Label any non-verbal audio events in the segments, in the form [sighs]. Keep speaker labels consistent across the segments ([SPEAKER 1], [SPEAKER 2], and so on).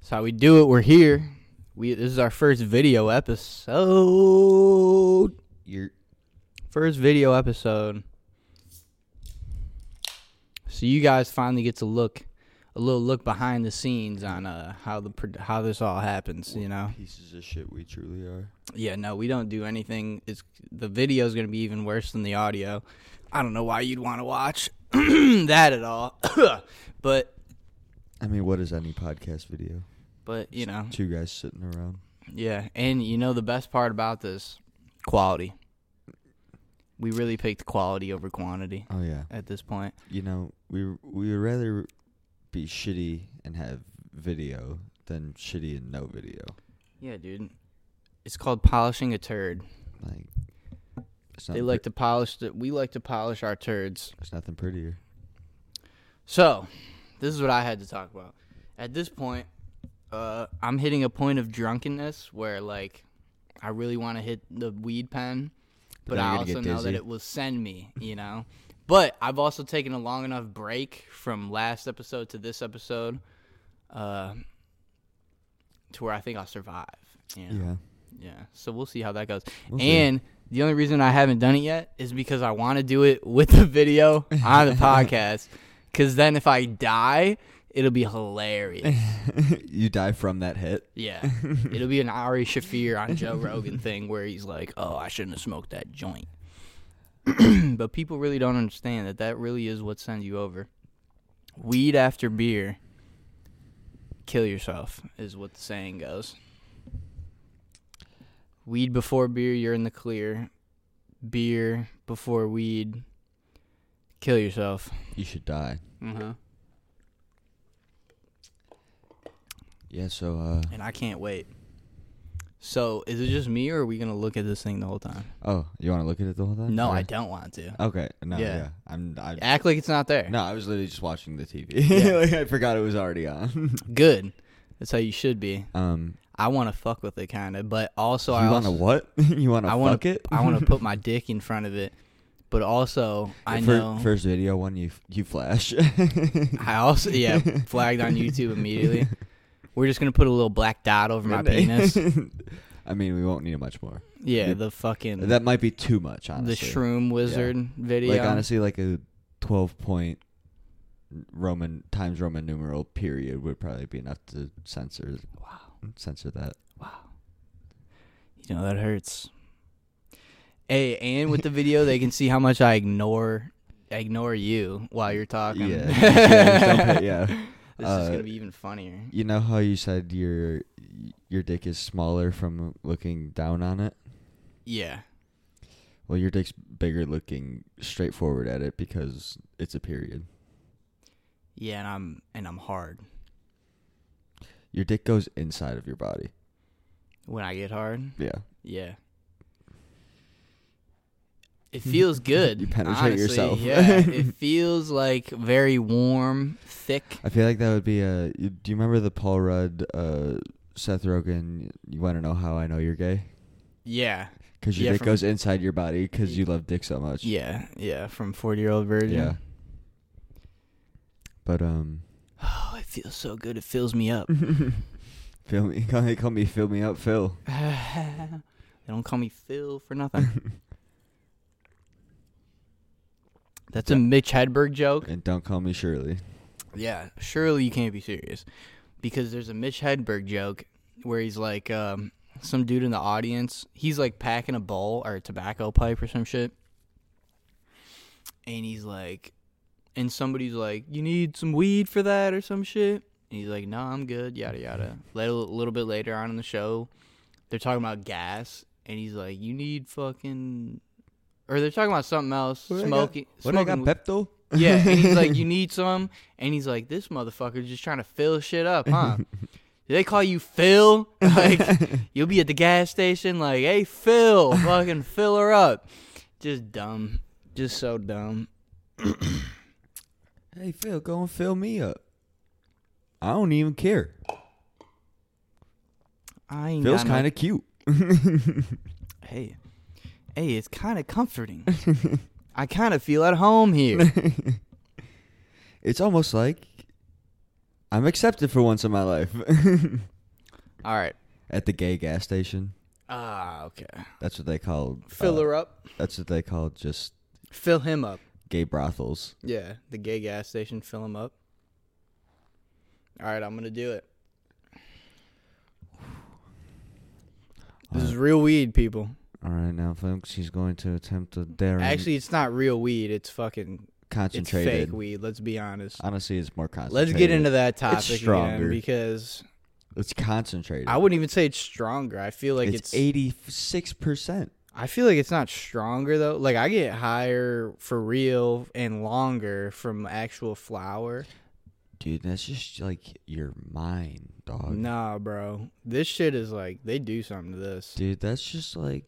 [SPEAKER 1] That's how we do it. We're here. We this is our first video episode.
[SPEAKER 2] You're
[SPEAKER 1] First video episode. So you guys finally get to look a little look behind the scenes on uh how the pro- how this all happens, you know.
[SPEAKER 2] pieces of shit. We truly are.
[SPEAKER 1] Yeah, no, we don't do anything. It's the video's going to be even worse than the audio. I don't know why you'd want to watch [clears throat] that at all. [coughs] but
[SPEAKER 2] I mean, what is any podcast video?
[SPEAKER 1] but you know,
[SPEAKER 2] Two guys sitting around.
[SPEAKER 1] yeah, and you know the best part about this quality. We really picked quality over quantity
[SPEAKER 2] Oh yeah.
[SPEAKER 1] at this point.
[SPEAKER 2] You know, we we would rather be shitty and have video than shitty and no video.
[SPEAKER 1] Yeah, dude. It's called polishing a turd.
[SPEAKER 2] Like it's
[SPEAKER 1] They
[SPEAKER 2] nothing
[SPEAKER 1] like to polish the, we like to polish our turds.
[SPEAKER 2] pre- it's nothing prettier.
[SPEAKER 1] So, this is what I had to talk about. At this point, uh, I'm hitting a point of drunkenness where, like, I really want to hit the weed pen, but,
[SPEAKER 2] But then
[SPEAKER 1] I
[SPEAKER 2] you're gonna
[SPEAKER 1] also
[SPEAKER 2] get
[SPEAKER 1] know that
[SPEAKER 2] dizzy.
[SPEAKER 1] it will send me, you know? but I've also taken a long enough break from last episode to this episode uh, to where I think I'll survive. You know?
[SPEAKER 2] Yeah. [laughs]
[SPEAKER 1] Yeah. So we'll see how that goes.
[SPEAKER 2] We'll see.
[SPEAKER 1] and the only reason I haven't done it yet is because I want to do it with the video on
[SPEAKER 2] [laughs]
[SPEAKER 1] the podcast. Because then if I die, it'll be hilarious.
[SPEAKER 2] you die from that hit.
[SPEAKER 1] Yeah. it'll be an Ari Shafir on Joe Rogan thing where he's like, oh, I shouldn't have smoked that joint. [clears throat] but people really don't understand that that really is what sends you over. Weed after beer, kill yourself, is what the saying goes. Weed before beer, you're in the clear. Beer before weed, kill yourself.
[SPEAKER 2] You should die.
[SPEAKER 1] Uh-huh.
[SPEAKER 2] Yeah, so uh
[SPEAKER 1] And I can't wait. So, is it just me, or are we gonna look at this thing the whole time?
[SPEAKER 2] oh, you want to look at it the whole time?
[SPEAKER 1] No, I
[SPEAKER 2] Or-
[SPEAKER 1] don't want to.
[SPEAKER 2] Okay. No,
[SPEAKER 1] Yeah.
[SPEAKER 2] yeah. I'm I
[SPEAKER 1] Act like it's not there.
[SPEAKER 2] Oh, No, I was literally just watching the TV.
[SPEAKER 1] Yeah.
[SPEAKER 2] [laughs] like, I forgot it was already on. [laughs]
[SPEAKER 1] Good. That's how you should be.
[SPEAKER 2] Um,
[SPEAKER 1] I want to fuck with it, kind of, but also I
[SPEAKER 2] you want to
[SPEAKER 1] also-
[SPEAKER 2] what? [laughs] you want to
[SPEAKER 1] I
[SPEAKER 2] fuck
[SPEAKER 1] wanna-
[SPEAKER 2] it?
[SPEAKER 1] I
[SPEAKER 2] [laughs]
[SPEAKER 1] want to put my dick in front of it, but also I
[SPEAKER 2] Fir-
[SPEAKER 1] know
[SPEAKER 2] First video one, you you flash. [laughs]
[SPEAKER 1] I also yeah flagged on YouTube immediately. We're just gonna put a little black dot over my
[SPEAKER 2] [laughs]
[SPEAKER 1] penis.
[SPEAKER 2] I mean, we won't need much more.
[SPEAKER 1] Yeah,
[SPEAKER 2] Yeah.
[SPEAKER 1] the fucking
[SPEAKER 2] That might be too much,
[SPEAKER 1] Mm. the
[SPEAKER 2] honestly.
[SPEAKER 1] shroom wizard video.
[SPEAKER 2] Like honestly, like a twelve point Roman times Roman numeral period would probably be enough to censor
[SPEAKER 1] Wow.
[SPEAKER 2] censor that.
[SPEAKER 1] You know that hurts. Hey, and with the video, they can see how much I ignore ignore you while you're [laughs] talking.
[SPEAKER 2] Yeah, yeah, don't pay- yeah.
[SPEAKER 1] This is
[SPEAKER 2] Uh,
[SPEAKER 1] gonna be even funnier.
[SPEAKER 2] You know how you said your your dick is smaller from looking down on it.
[SPEAKER 1] Yeah,
[SPEAKER 2] Well, your dick's bigger looking straight forward at it because it's a period.
[SPEAKER 1] yeah, and I'm and I'm hard
[SPEAKER 2] Your dick goes inside of your body.
[SPEAKER 1] when I get hard.
[SPEAKER 2] Yeah.
[SPEAKER 1] Yeah,
[SPEAKER 2] [laughs]
[SPEAKER 1] it feels good.
[SPEAKER 2] You penetrate
[SPEAKER 1] honestly,
[SPEAKER 2] yourself.
[SPEAKER 1] yeah,
[SPEAKER 2] [laughs]
[SPEAKER 1] it feels like very warm, thick.
[SPEAKER 2] I feel like that would be a. you- Do you remember the Paul Rudd, uh, Seth Rogen? You want to know how I know you're gay?
[SPEAKER 1] Yeah,
[SPEAKER 2] Because your
[SPEAKER 1] Yeah,
[SPEAKER 2] dick
[SPEAKER 1] from-
[SPEAKER 2] goes inside your body because you love dick so much.
[SPEAKER 1] yeah, yeah. From forty year old virgin.
[SPEAKER 2] Yeah. But um,
[SPEAKER 1] Oh, it feels so good. It fills me
[SPEAKER 2] [laughs]
[SPEAKER 1] up. [laughs]
[SPEAKER 2] fill me. [laughs] Call me. Call me. Fill me up, Phil.
[SPEAKER 1] they don't call me Phil for nothing.
[SPEAKER 2] [laughs]
[SPEAKER 1] That's a Mitch Hedberg joke.
[SPEAKER 2] And don't call me Shirley.
[SPEAKER 1] Yeah, surely you can't be serious. Because there's a Mitch Hedberg joke where he's like, um, some dude in the audience, he's like packing a bowl or a tobacco pipe or some shit. And he's like, and somebody's like, you need some weed for that or some shit. And he's like, no, I'm good, yada, yada. Later, a little bit later on in the show, they're talking about gas. And he's like, you need fucking. Or they're talking about something else.
[SPEAKER 2] What do I got?
[SPEAKER 1] smoking.
[SPEAKER 2] What I
[SPEAKER 1] smoking weed.
[SPEAKER 2] got, Pepto?
[SPEAKER 1] Yeah, and
[SPEAKER 2] [laughs]
[SPEAKER 1] he's like, [laughs] you need some, and he's like, this motherfucker's just trying to fill shit up, huh? Do they call you Phil? [laughs] Like, you'll be at the gas station, like, hey Phil, fucking fill her up. Just dumb, just so dumb.
[SPEAKER 2] Hey Phil, go and fill me up. I don't even care.
[SPEAKER 1] I ain't
[SPEAKER 2] Phil's
[SPEAKER 1] got no-
[SPEAKER 2] kind of cute.
[SPEAKER 1] hey, hey, it's kind of comforting. I [laughs] kind of feel at home here.
[SPEAKER 2] it's almost like I'm accepted for once in my life
[SPEAKER 1] All right.
[SPEAKER 2] at the gay gas station.
[SPEAKER 1] Ah, okay.
[SPEAKER 2] That's what they call uh,
[SPEAKER 1] Fill her up.
[SPEAKER 2] That's what they call just
[SPEAKER 1] Fill him up.
[SPEAKER 2] gay brothels.
[SPEAKER 1] Yeah, the gay gas station. Fill him up. All right, I'm gonna do it. This is real weed, people.
[SPEAKER 2] All right, now folks, he's going to attempt a daring
[SPEAKER 1] Actually, it's not real weed. It's fucking. It's
[SPEAKER 2] concentrated.
[SPEAKER 1] fake weed. Let's be honest.
[SPEAKER 2] Honestly, it's more concentrated.
[SPEAKER 1] Let's get into that topic
[SPEAKER 2] stronger.
[SPEAKER 1] again because
[SPEAKER 2] It's concentrated.
[SPEAKER 1] I wouldn't even say it's stronger. I feel like
[SPEAKER 2] it's
[SPEAKER 1] it's.
[SPEAKER 2] eighty six percent.
[SPEAKER 1] I feel like it's not stronger though. Like I get higher for real and longer from actual flower.
[SPEAKER 2] Dude, that's just like your mind, dog.
[SPEAKER 1] Nah, bro. This shit is like they do something to this.
[SPEAKER 2] Dude, that's just like.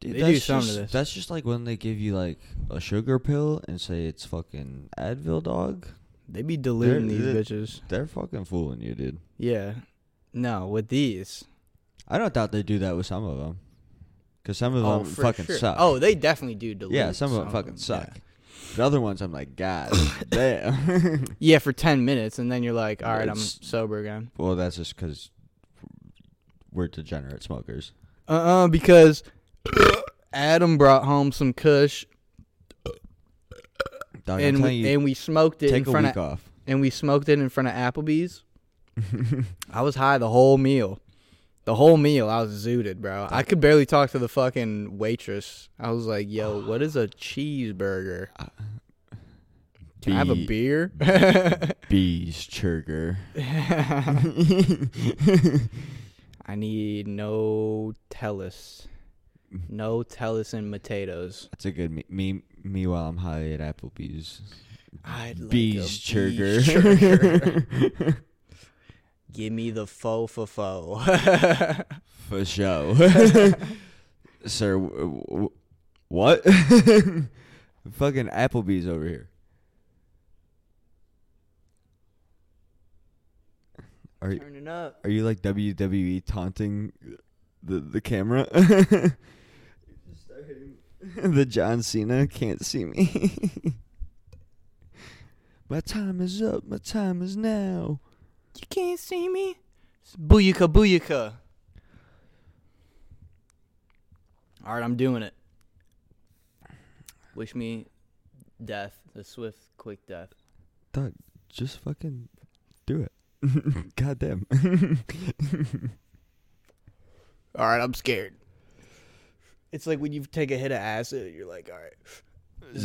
[SPEAKER 2] Dude,
[SPEAKER 1] They do
[SPEAKER 2] that's
[SPEAKER 1] some to
[SPEAKER 2] just,
[SPEAKER 1] this.
[SPEAKER 2] That's just like when they give you like a sugar pill and say it's fucking Advil, dog.
[SPEAKER 1] They be diluting
[SPEAKER 2] They're-
[SPEAKER 1] these
[SPEAKER 2] they're-
[SPEAKER 1] bitches.
[SPEAKER 2] They're fucking fooling you, dude.
[SPEAKER 1] Yeah. No, with these.
[SPEAKER 2] I don't doubt they do that with some of them, because some of
[SPEAKER 1] Oh,
[SPEAKER 2] them
[SPEAKER 1] for
[SPEAKER 2] fucking
[SPEAKER 1] sure.
[SPEAKER 2] suck.
[SPEAKER 1] Oh, they definitely do dilute.
[SPEAKER 2] yeah, some of them fucking
[SPEAKER 1] yeah.
[SPEAKER 2] suck. The other ones, I'm like,
[SPEAKER 1] [laughs]
[SPEAKER 2] God damn. [laughs]
[SPEAKER 1] Yeah, for ten minutes, and then you're like, all right, I'm
[SPEAKER 2] It's-
[SPEAKER 1] sober again.
[SPEAKER 2] well, that's just because we're degenerate smokers.
[SPEAKER 1] Uh uh because [coughs] Adam brought home some Kush,
[SPEAKER 2] Dog, Oh, I'm
[SPEAKER 1] and
[SPEAKER 2] telling
[SPEAKER 1] we,
[SPEAKER 2] you,
[SPEAKER 1] and we smoked it in
[SPEAKER 2] take a
[SPEAKER 1] front
[SPEAKER 2] week
[SPEAKER 1] of
[SPEAKER 2] off.
[SPEAKER 1] and we smoked it in front of Applebee's. I was high the whole meal. The whole meal, I was zooted, bro. I could barely talk to the fucking waitress. I was like, "Yo, what is a cheeseburger? Can I have a
[SPEAKER 2] Be-
[SPEAKER 1] beer?" [laughs]
[SPEAKER 2] Bees chugger.
[SPEAKER 1] I need no tellus, no tellus and potatoes.
[SPEAKER 2] That's a good me. me meanwhile, I'm high at Applebee's.
[SPEAKER 1] I'd like a
[SPEAKER 2] Bees
[SPEAKER 1] beef [laughs]
[SPEAKER 2] chugger.
[SPEAKER 1] churger.
[SPEAKER 2] [laughs]
[SPEAKER 1] Give me the faux for faux.
[SPEAKER 2] For sure. [laughs] Sir, w- w- what? [laughs] Fucking Applebee's over here. Are you,
[SPEAKER 1] [laughs] Turning up.
[SPEAKER 2] are you like WWE taunting the the camera? [laughs] the John Cena can't see me. [laughs] my time is up. My time is now.
[SPEAKER 1] You can't see me. Booyaka booyaka. All right, I'm doing it. Wish me death, the swift, quick death.
[SPEAKER 2] Dog, just fucking do it. [laughs] Goddamn.
[SPEAKER 1] All right, I'm scared. It's like when you take a hit of acid, you're like, all right.
[SPEAKER 2] Is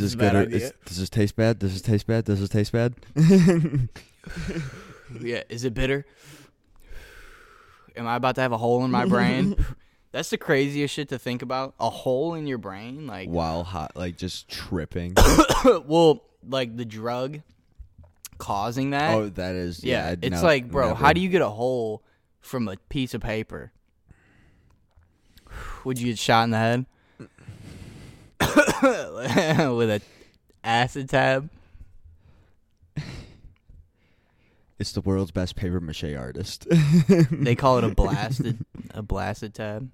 [SPEAKER 1] is
[SPEAKER 2] this
[SPEAKER 1] a
[SPEAKER 2] good?
[SPEAKER 1] bad
[SPEAKER 2] Or,
[SPEAKER 1] idea.
[SPEAKER 2] is, does this taste bad? Does this taste bad? Does this taste bad?
[SPEAKER 1] [laughs] Yeah, is it bitter? Am I about to have a hole in my brain? That's the craziest shit to think about. A hole in your brain, like
[SPEAKER 2] While hot, like just
[SPEAKER 1] [coughs]
[SPEAKER 2] tripping.
[SPEAKER 1] [laughs] well, like the drug causing that.
[SPEAKER 2] oh, that is.
[SPEAKER 1] yeah,
[SPEAKER 2] Yeah,
[SPEAKER 1] it's like, bro, how do you get a hole from a piece of paper? Would you get shot in the head [laughs] with a acid tab?
[SPEAKER 2] It's the world's best paper mache
[SPEAKER 1] [laughs]
[SPEAKER 2] artist.
[SPEAKER 1] They call it a blasted a blasted tab.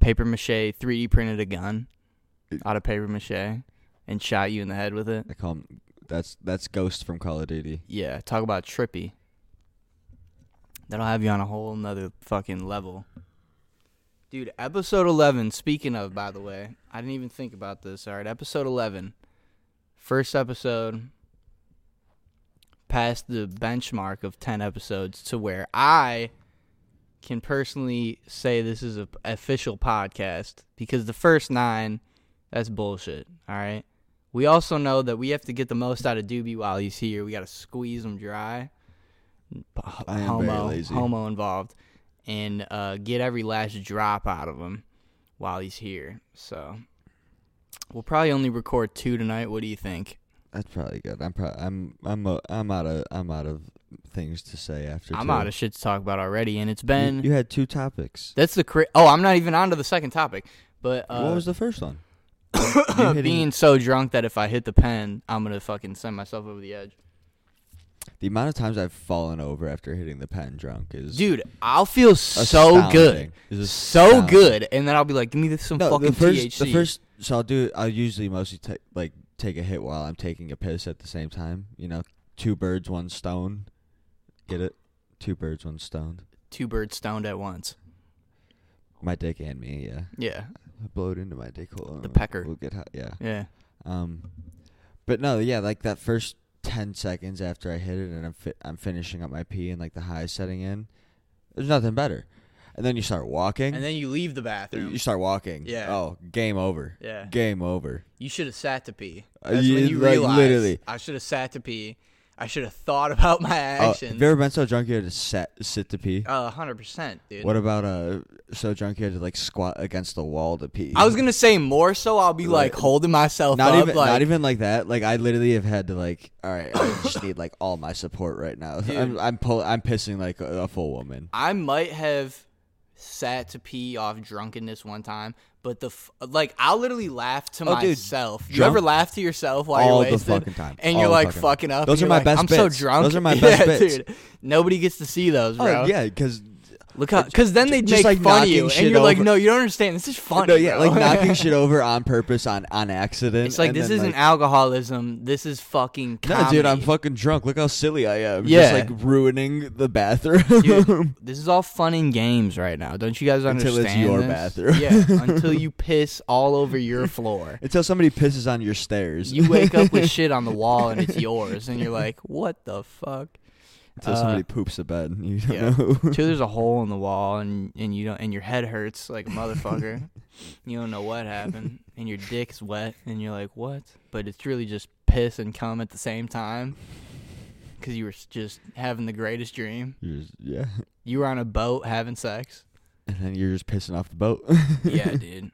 [SPEAKER 1] Paper mache 3D printed a gun out of paper mache and shot you in the head with it.
[SPEAKER 2] I call him. That's that's Ghost from Call of Duty.
[SPEAKER 1] Yeah, talk about trippy. That'll have you on a whole nother fucking level. Dude, episode 11, speaking of, by the way, I didn't even think about this. All right, episode 11. First episode passed the benchmark of 10 episodes to where I can personally say this is a p- official podcast because the first nine, that's bullshit. All right. We also know that we have to get the most out of Doobie while he's here. We got to squeeze him dry. P-
[SPEAKER 2] I am
[SPEAKER 1] homo,
[SPEAKER 2] very lazy.
[SPEAKER 1] homo involved, and uh, get every last drop out of him while he's here. So we'll probably only record two tonight. What do you think?
[SPEAKER 2] That's probably good. I'm probably I'm I'm a, I'm out of I'm out of things to say after.
[SPEAKER 1] I'm
[SPEAKER 2] two.
[SPEAKER 1] out of shit to talk about already, and it's
[SPEAKER 2] You-
[SPEAKER 1] been
[SPEAKER 2] You, had two topics.
[SPEAKER 1] that's the cra- oh I'm not even on to the second topic, but uh,
[SPEAKER 2] what was the
[SPEAKER 1] [coughs]
[SPEAKER 2] first one? You hitting-
[SPEAKER 1] being so drunk that if I hit the pen, I'm gonna fucking send myself over the edge.
[SPEAKER 2] The amount of times I've fallen over after hitting the pen drunk is
[SPEAKER 1] Dude, I'll feel so good,
[SPEAKER 2] astounding. Is
[SPEAKER 1] so
[SPEAKER 2] astounding.
[SPEAKER 1] good, and then I'll be like, give me this some
[SPEAKER 2] No,
[SPEAKER 1] fucking
[SPEAKER 2] the first,
[SPEAKER 1] THC.
[SPEAKER 2] The first, so I'll do. I'll usually mostly take like take a hit while I'm taking a piss at the same time. You know, two birds, one stone. Get it? Two birds, one stone.
[SPEAKER 1] Two birds stoned at once.
[SPEAKER 2] My dick and me, yeah.
[SPEAKER 1] Yeah.
[SPEAKER 2] I blow it into my dick hole. and
[SPEAKER 1] The pecker.
[SPEAKER 2] We'll get hot, yeah.
[SPEAKER 1] Yeah.
[SPEAKER 2] Um, but no, yeah, like that first ten seconds after I hit it, and I'm fi- I'm finishing up my pee, and like the high is setting in. There's nothing better. And then you start walking.
[SPEAKER 1] And then you leave the bathroom.
[SPEAKER 2] you start walking.
[SPEAKER 1] Yeah.
[SPEAKER 2] Oh, game over.
[SPEAKER 1] Yeah.
[SPEAKER 2] Game over.
[SPEAKER 1] You should have sat to pee.
[SPEAKER 2] Uh,
[SPEAKER 1] That's when
[SPEAKER 2] you-
[SPEAKER 1] you
[SPEAKER 2] like,
[SPEAKER 1] realize
[SPEAKER 2] literally.
[SPEAKER 1] I should have sat to pee. I should have thought about my
[SPEAKER 2] Oh,
[SPEAKER 1] actions.
[SPEAKER 2] have you ever been so drunk you had to sat, sit to pee?
[SPEAKER 1] Uh, hundred percent, dude.
[SPEAKER 2] What about uh so drunk you had to like squat against the wall to pee?
[SPEAKER 1] I was gonna say more so. I'll be like
[SPEAKER 2] Like,
[SPEAKER 1] holding myself
[SPEAKER 2] not
[SPEAKER 1] up,
[SPEAKER 2] even
[SPEAKER 1] like
[SPEAKER 2] not even like that. Like I literally have had to like all right, I just need like all my support right now. [laughs] I'm I'm pull, I'm pissing like a, a full woman.
[SPEAKER 1] I might have sat to pee off drunkenness one time, but the f- like I literally laughed to
[SPEAKER 2] Oh, dude,
[SPEAKER 1] myself. you
[SPEAKER 2] drunk
[SPEAKER 1] ever laugh to yourself while
[SPEAKER 2] all
[SPEAKER 1] you're
[SPEAKER 2] the
[SPEAKER 1] wasted?
[SPEAKER 2] fucking time.
[SPEAKER 1] And
[SPEAKER 2] All
[SPEAKER 1] you're
[SPEAKER 2] the
[SPEAKER 1] like
[SPEAKER 2] fucking-
[SPEAKER 1] fucking up. and
[SPEAKER 2] Those are
[SPEAKER 1] you're
[SPEAKER 2] my
[SPEAKER 1] like,
[SPEAKER 2] best
[SPEAKER 1] I'm so
[SPEAKER 2] bits.
[SPEAKER 1] drunk.
[SPEAKER 2] Those
[SPEAKER 1] [laughs]
[SPEAKER 2] are my best
[SPEAKER 1] yeah,
[SPEAKER 2] bits.
[SPEAKER 1] dude. Nobody gets to see those, bro.
[SPEAKER 2] Oh yeah, because
[SPEAKER 1] Look how, because then they
[SPEAKER 2] Just
[SPEAKER 1] make
[SPEAKER 2] like
[SPEAKER 1] fun of
[SPEAKER 2] knocking
[SPEAKER 1] you, and
[SPEAKER 2] shit
[SPEAKER 1] you're like,
[SPEAKER 2] over.
[SPEAKER 1] no, you don't understand. This is funny.
[SPEAKER 2] [laughs] no,
[SPEAKER 1] [laughs]
[SPEAKER 2] yeah,
[SPEAKER 1] bro."
[SPEAKER 2] like knocking shit over on purpose on on accident.
[SPEAKER 1] It's like
[SPEAKER 2] and
[SPEAKER 1] this
[SPEAKER 2] then,
[SPEAKER 1] isn't
[SPEAKER 2] like,
[SPEAKER 1] alcoholism. This is fucking comedy.
[SPEAKER 2] No, dude, I'm fucking drunk. Look how silly I am.
[SPEAKER 1] Yeah.
[SPEAKER 2] Just like ruining
[SPEAKER 1] [laughs]
[SPEAKER 2] the bathroom.
[SPEAKER 1] Dude, this is all fun and games right now. Don't you guys
[SPEAKER 2] Until
[SPEAKER 1] understand?
[SPEAKER 2] it's your
[SPEAKER 1] this?
[SPEAKER 2] bathroom. [laughs]
[SPEAKER 1] yeah, until you piss all over your floor.
[SPEAKER 2] [laughs] Until somebody pisses on your stairs.
[SPEAKER 1] You wake up with shit on the wall and it's yours, and you're like, "What the fuck?"
[SPEAKER 2] [laughs] Until
[SPEAKER 1] uh,
[SPEAKER 2] somebody poops a bed [laughs] and you don't
[SPEAKER 1] yeah.
[SPEAKER 2] know. who.
[SPEAKER 1] Till there's a hole in the wall, and and you don't, and your head hurts like a motherfucker. [laughs] you don't know what happened, and your dick's wet, and you're like, "What?" But it's really just piss and cum at the same time, because you were s- just having the greatest dream.
[SPEAKER 2] [laughs] You're just- yeah.
[SPEAKER 1] You were on a boat having sex.
[SPEAKER 2] And then you're just pissing off the boat. [laughs]
[SPEAKER 1] Yeah, dude.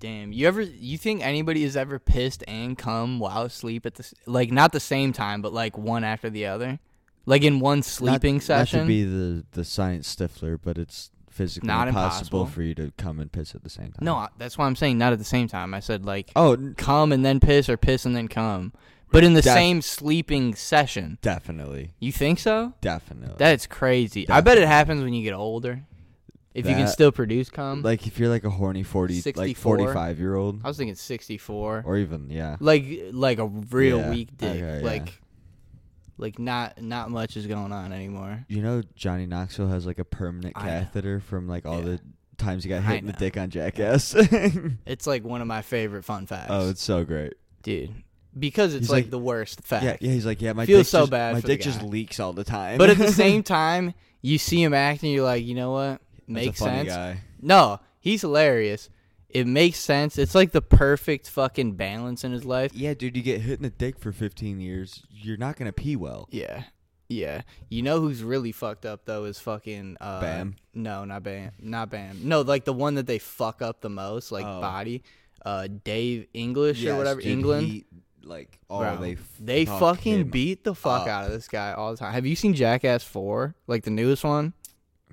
[SPEAKER 1] Damn, you ever you think anybody has ever pissed and cum while asleep at the s- like not the same time, but like one after the other, like in one sleeping
[SPEAKER 2] not,
[SPEAKER 1] session?
[SPEAKER 2] Not to be the, the science stifler, but it's physically
[SPEAKER 1] Not impossible.
[SPEAKER 2] impossible for you to come and piss at the same time.
[SPEAKER 1] no, I- that's why I'm saying not at the same time. I said like
[SPEAKER 2] Oh, n-
[SPEAKER 1] cum and then piss or piss and then cum, but in the
[SPEAKER 2] Def-
[SPEAKER 1] same sleeping session.
[SPEAKER 2] definitely.
[SPEAKER 1] You think so?
[SPEAKER 2] Definitely.
[SPEAKER 1] That's crazy. I bet
[SPEAKER 2] Definitely.
[SPEAKER 1] it happens when you get older, if you can
[SPEAKER 2] That-
[SPEAKER 1] still produce cum.
[SPEAKER 2] like if you're like a horny 40 like
[SPEAKER 1] 64?
[SPEAKER 2] 45 year old
[SPEAKER 1] um, I was thinking 64.
[SPEAKER 2] or even yeah.
[SPEAKER 1] like like a real
[SPEAKER 2] Yeah,
[SPEAKER 1] weak dick.
[SPEAKER 2] okay, yeah.
[SPEAKER 1] like like not not much is going on anymore.
[SPEAKER 2] You know Johnny Knoxville has like a permanent
[SPEAKER 1] I know.
[SPEAKER 2] catheter from like all
[SPEAKER 1] Yeah.
[SPEAKER 2] the times he got
[SPEAKER 1] I
[SPEAKER 2] hit in the
[SPEAKER 1] know.
[SPEAKER 2] dick
[SPEAKER 1] [laughs]
[SPEAKER 2] on Jackass. [laughs]
[SPEAKER 1] It's like one of my favorite fun facts,
[SPEAKER 2] oh, it's so great.
[SPEAKER 1] dude, because it's
[SPEAKER 2] He's
[SPEAKER 1] like,
[SPEAKER 2] like-
[SPEAKER 1] the worst fact.
[SPEAKER 2] Yeah, yeah. He's like, yeah, my
[SPEAKER 1] Feels
[SPEAKER 2] dick
[SPEAKER 1] so
[SPEAKER 2] just,
[SPEAKER 1] bad
[SPEAKER 2] My
[SPEAKER 1] for the
[SPEAKER 2] dick just
[SPEAKER 1] guy.
[SPEAKER 2] leaks all the time.
[SPEAKER 1] But
[SPEAKER 2] [laughs]
[SPEAKER 1] at the same time, you see him acting, you're like, you know what,
[SPEAKER 2] That's a
[SPEAKER 1] makes
[SPEAKER 2] funny
[SPEAKER 1] sense.
[SPEAKER 2] guy.
[SPEAKER 1] No, he's hilarious. It makes sense. It's like the perfect fucking balance in his life.
[SPEAKER 2] Yeah, dude, you get hit in the dick for 15 years, you're not gonna pee well.
[SPEAKER 1] Yeah. Yeah. You know who's really fucked up though is fucking uh
[SPEAKER 2] Bam?
[SPEAKER 1] No, not Bam. Not Bam. No, like the one that they fuck up the most, like
[SPEAKER 2] Oh.
[SPEAKER 1] body. Uh Dave English or
[SPEAKER 2] Yes,
[SPEAKER 1] whatever.
[SPEAKER 2] dude,
[SPEAKER 1] England.
[SPEAKER 2] he- like, oh,
[SPEAKER 1] Bro,
[SPEAKER 2] they
[SPEAKER 1] they
[SPEAKER 2] fuck
[SPEAKER 1] fucking
[SPEAKER 2] him.
[SPEAKER 1] beat the fuck
[SPEAKER 2] up.
[SPEAKER 1] out of this guy all the time. Have you seen Jackass 4? Like the newest one?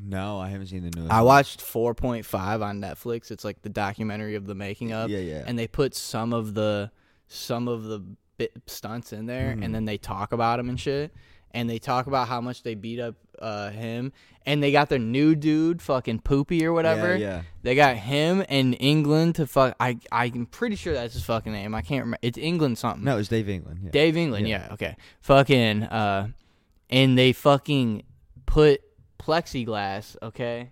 [SPEAKER 2] No, I haven't seen the newest.
[SPEAKER 1] I
[SPEAKER 2] one.
[SPEAKER 1] watched 4.5 on Netflix. It's like the documentary of the making of.
[SPEAKER 2] Yeah, yeah.
[SPEAKER 1] And they put some of the some of the bit stunts in there, and
[SPEAKER 2] Mm-hmm.
[SPEAKER 1] then they talk about him and shit. And they talk about how much they beat up uh, him, and they got their new dude, fucking Poopy or whatever.
[SPEAKER 2] yeah.
[SPEAKER 1] They got him and England to fuck. I I'm pretty sure that's his fucking name. I can't remember. It's England something.
[SPEAKER 2] No, it's Dave England. Yeah.
[SPEAKER 1] Dave England, yeah. okay. Fucking uh and they fucking put plexiglass, okay?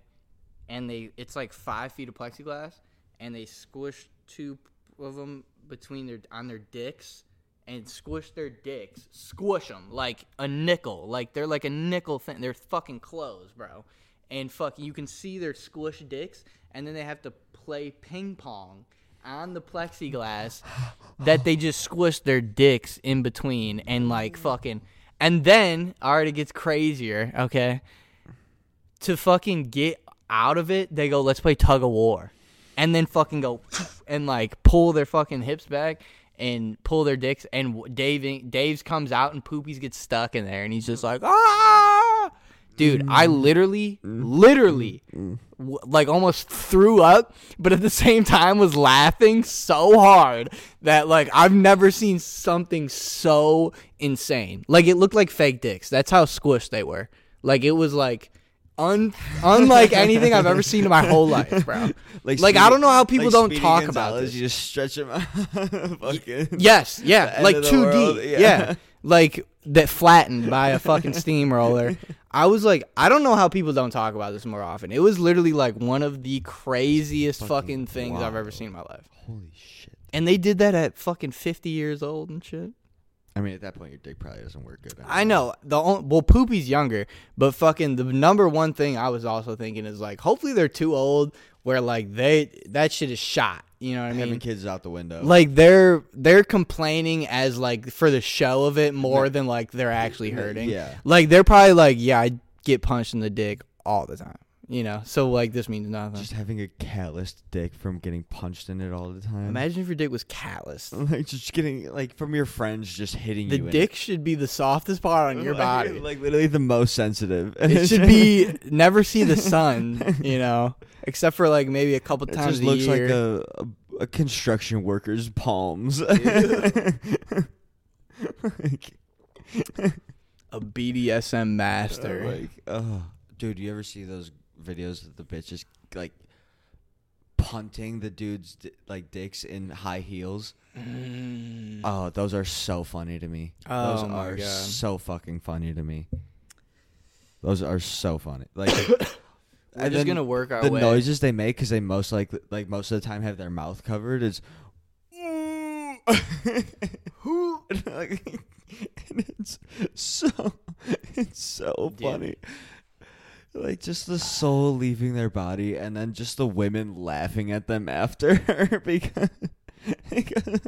[SPEAKER 1] And they it's like 5 feet of plexiglass and they squished two of them between their on their dicks and squished their dicks. Squish them like a nickel. Like they're like a nickel thing. They're fucking clothes, bro. And fucking you can see their squished dicks and then they have to play ping pong on the plexiglass that they just squish their dicks in between and like fucking and then already gets crazier okay to fucking get out of it they go let's play tug of war and then fucking go [laughs] and like pull their fucking hips back and pull their dicks and w- Dave Dave's comes out and Poopies gets stuck in there and he's just like ah dude I literally literally w- like almost threw up but at the [laughs] same time was laughing so hard that like I've never seen something so insane like it looked like fake dicks that's how squished they were like it was like un- unlike anything I've ever seen in my whole life, bro.
[SPEAKER 2] [laughs] Like,
[SPEAKER 1] Like, I don't know how people
[SPEAKER 2] like
[SPEAKER 1] don't
[SPEAKER 2] Speedy
[SPEAKER 1] talk about
[SPEAKER 2] Gonzalez,
[SPEAKER 1] this.
[SPEAKER 2] You just stretch him [laughs] out. Fucking. [laughs]
[SPEAKER 1] Yes,
[SPEAKER 2] The
[SPEAKER 1] yeah,
[SPEAKER 2] end
[SPEAKER 1] like
[SPEAKER 2] of the
[SPEAKER 1] two
[SPEAKER 2] world,
[SPEAKER 1] D,
[SPEAKER 2] yeah.
[SPEAKER 1] yeah. like that flattened by a
[SPEAKER 2] [laughs]
[SPEAKER 1] fucking steamroller. I was like, I don't know how people don't talk about this more often. It was literally like one of the craziest fucking,
[SPEAKER 2] Fucking
[SPEAKER 1] things I've ever
[SPEAKER 2] wild.
[SPEAKER 1] seen in my life.
[SPEAKER 2] Holy shit.
[SPEAKER 1] And they did that at fucking fifty years old and shit.
[SPEAKER 2] I mean, at that point, your dick probably doesn't work good.
[SPEAKER 1] I know the on- well, Poopy's younger, but fucking the number one thing I was also thinking is like, hopefully they're too old where like they that shit is shot. You know what I
[SPEAKER 2] Having
[SPEAKER 1] mean?
[SPEAKER 2] kids is out the window.
[SPEAKER 1] Like they're they're complaining as like for the show of it more than like they're actually hurting.
[SPEAKER 2] Yeah.
[SPEAKER 1] Like they're probably like, yeah, I get punched in the dick all the time. You know, so like this means nothing.
[SPEAKER 2] Just having a calloused dick from getting punched in it all the time.
[SPEAKER 1] Imagine if your dick was calloused.
[SPEAKER 2] [laughs] Like just getting like from your friends just hitting
[SPEAKER 1] The
[SPEAKER 2] you. in [laughs]
[SPEAKER 1] dick should be the softest [laughs] part on your
[SPEAKER 2] Like-
[SPEAKER 1] body.
[SPEAKER 2] Like literally the most sensitive. [laughs]
[SPEAKER 1] it should be never see the sun, you know, except for like maybe a couple
[SPEAKER 2] It
[SPEAKER 1] times
[SPEAKER 2] just
[SPEAKER 1] a
[SPEAKER 2] looks like
[SPEAKER 1] year.
[SPEAKER 2] a, a, a construction
[SPEAKER 1] [laughs]
[SPEAKER 2] worker's palms. [laughs] like,
[SPEAKER 1] a BDSM master.
[SPEAKER 2] like, oh, dude, you ever see those videos of the bitches like punting the dudes di- like dicks in high heels?
[SPEAKER 1] Mm.
[SPEAKER 2] Oh, those are so funny to me. those
[SPEAKER 1] Oh my
[SPEAKER 2] are
[SPEAKER 1] God.
[SPEAKER 2] so fucking funny to me. Those are so funny. Like
[SPEAKER 1] [coughs] We're
[SPEAKER 2] and
[SPEAKER 1] just
[SPEAKER 2] then
[SPEAKER 1] gonna work our
[SPEAKER 2] the
[SPEAKER 1] way.
[SPEAKER 2] noises they make because they most like like most of the time have their mouth covered is.
[SPEAKER 1] [laughs]
[SPEAKER 2] Who? [laughs] and it's so it's so
[SPEAKER 1] Dude.
[SPEAKER 2] funny. Like just the soul leaving their body, and then just the women laughing at them after [laughs] because, because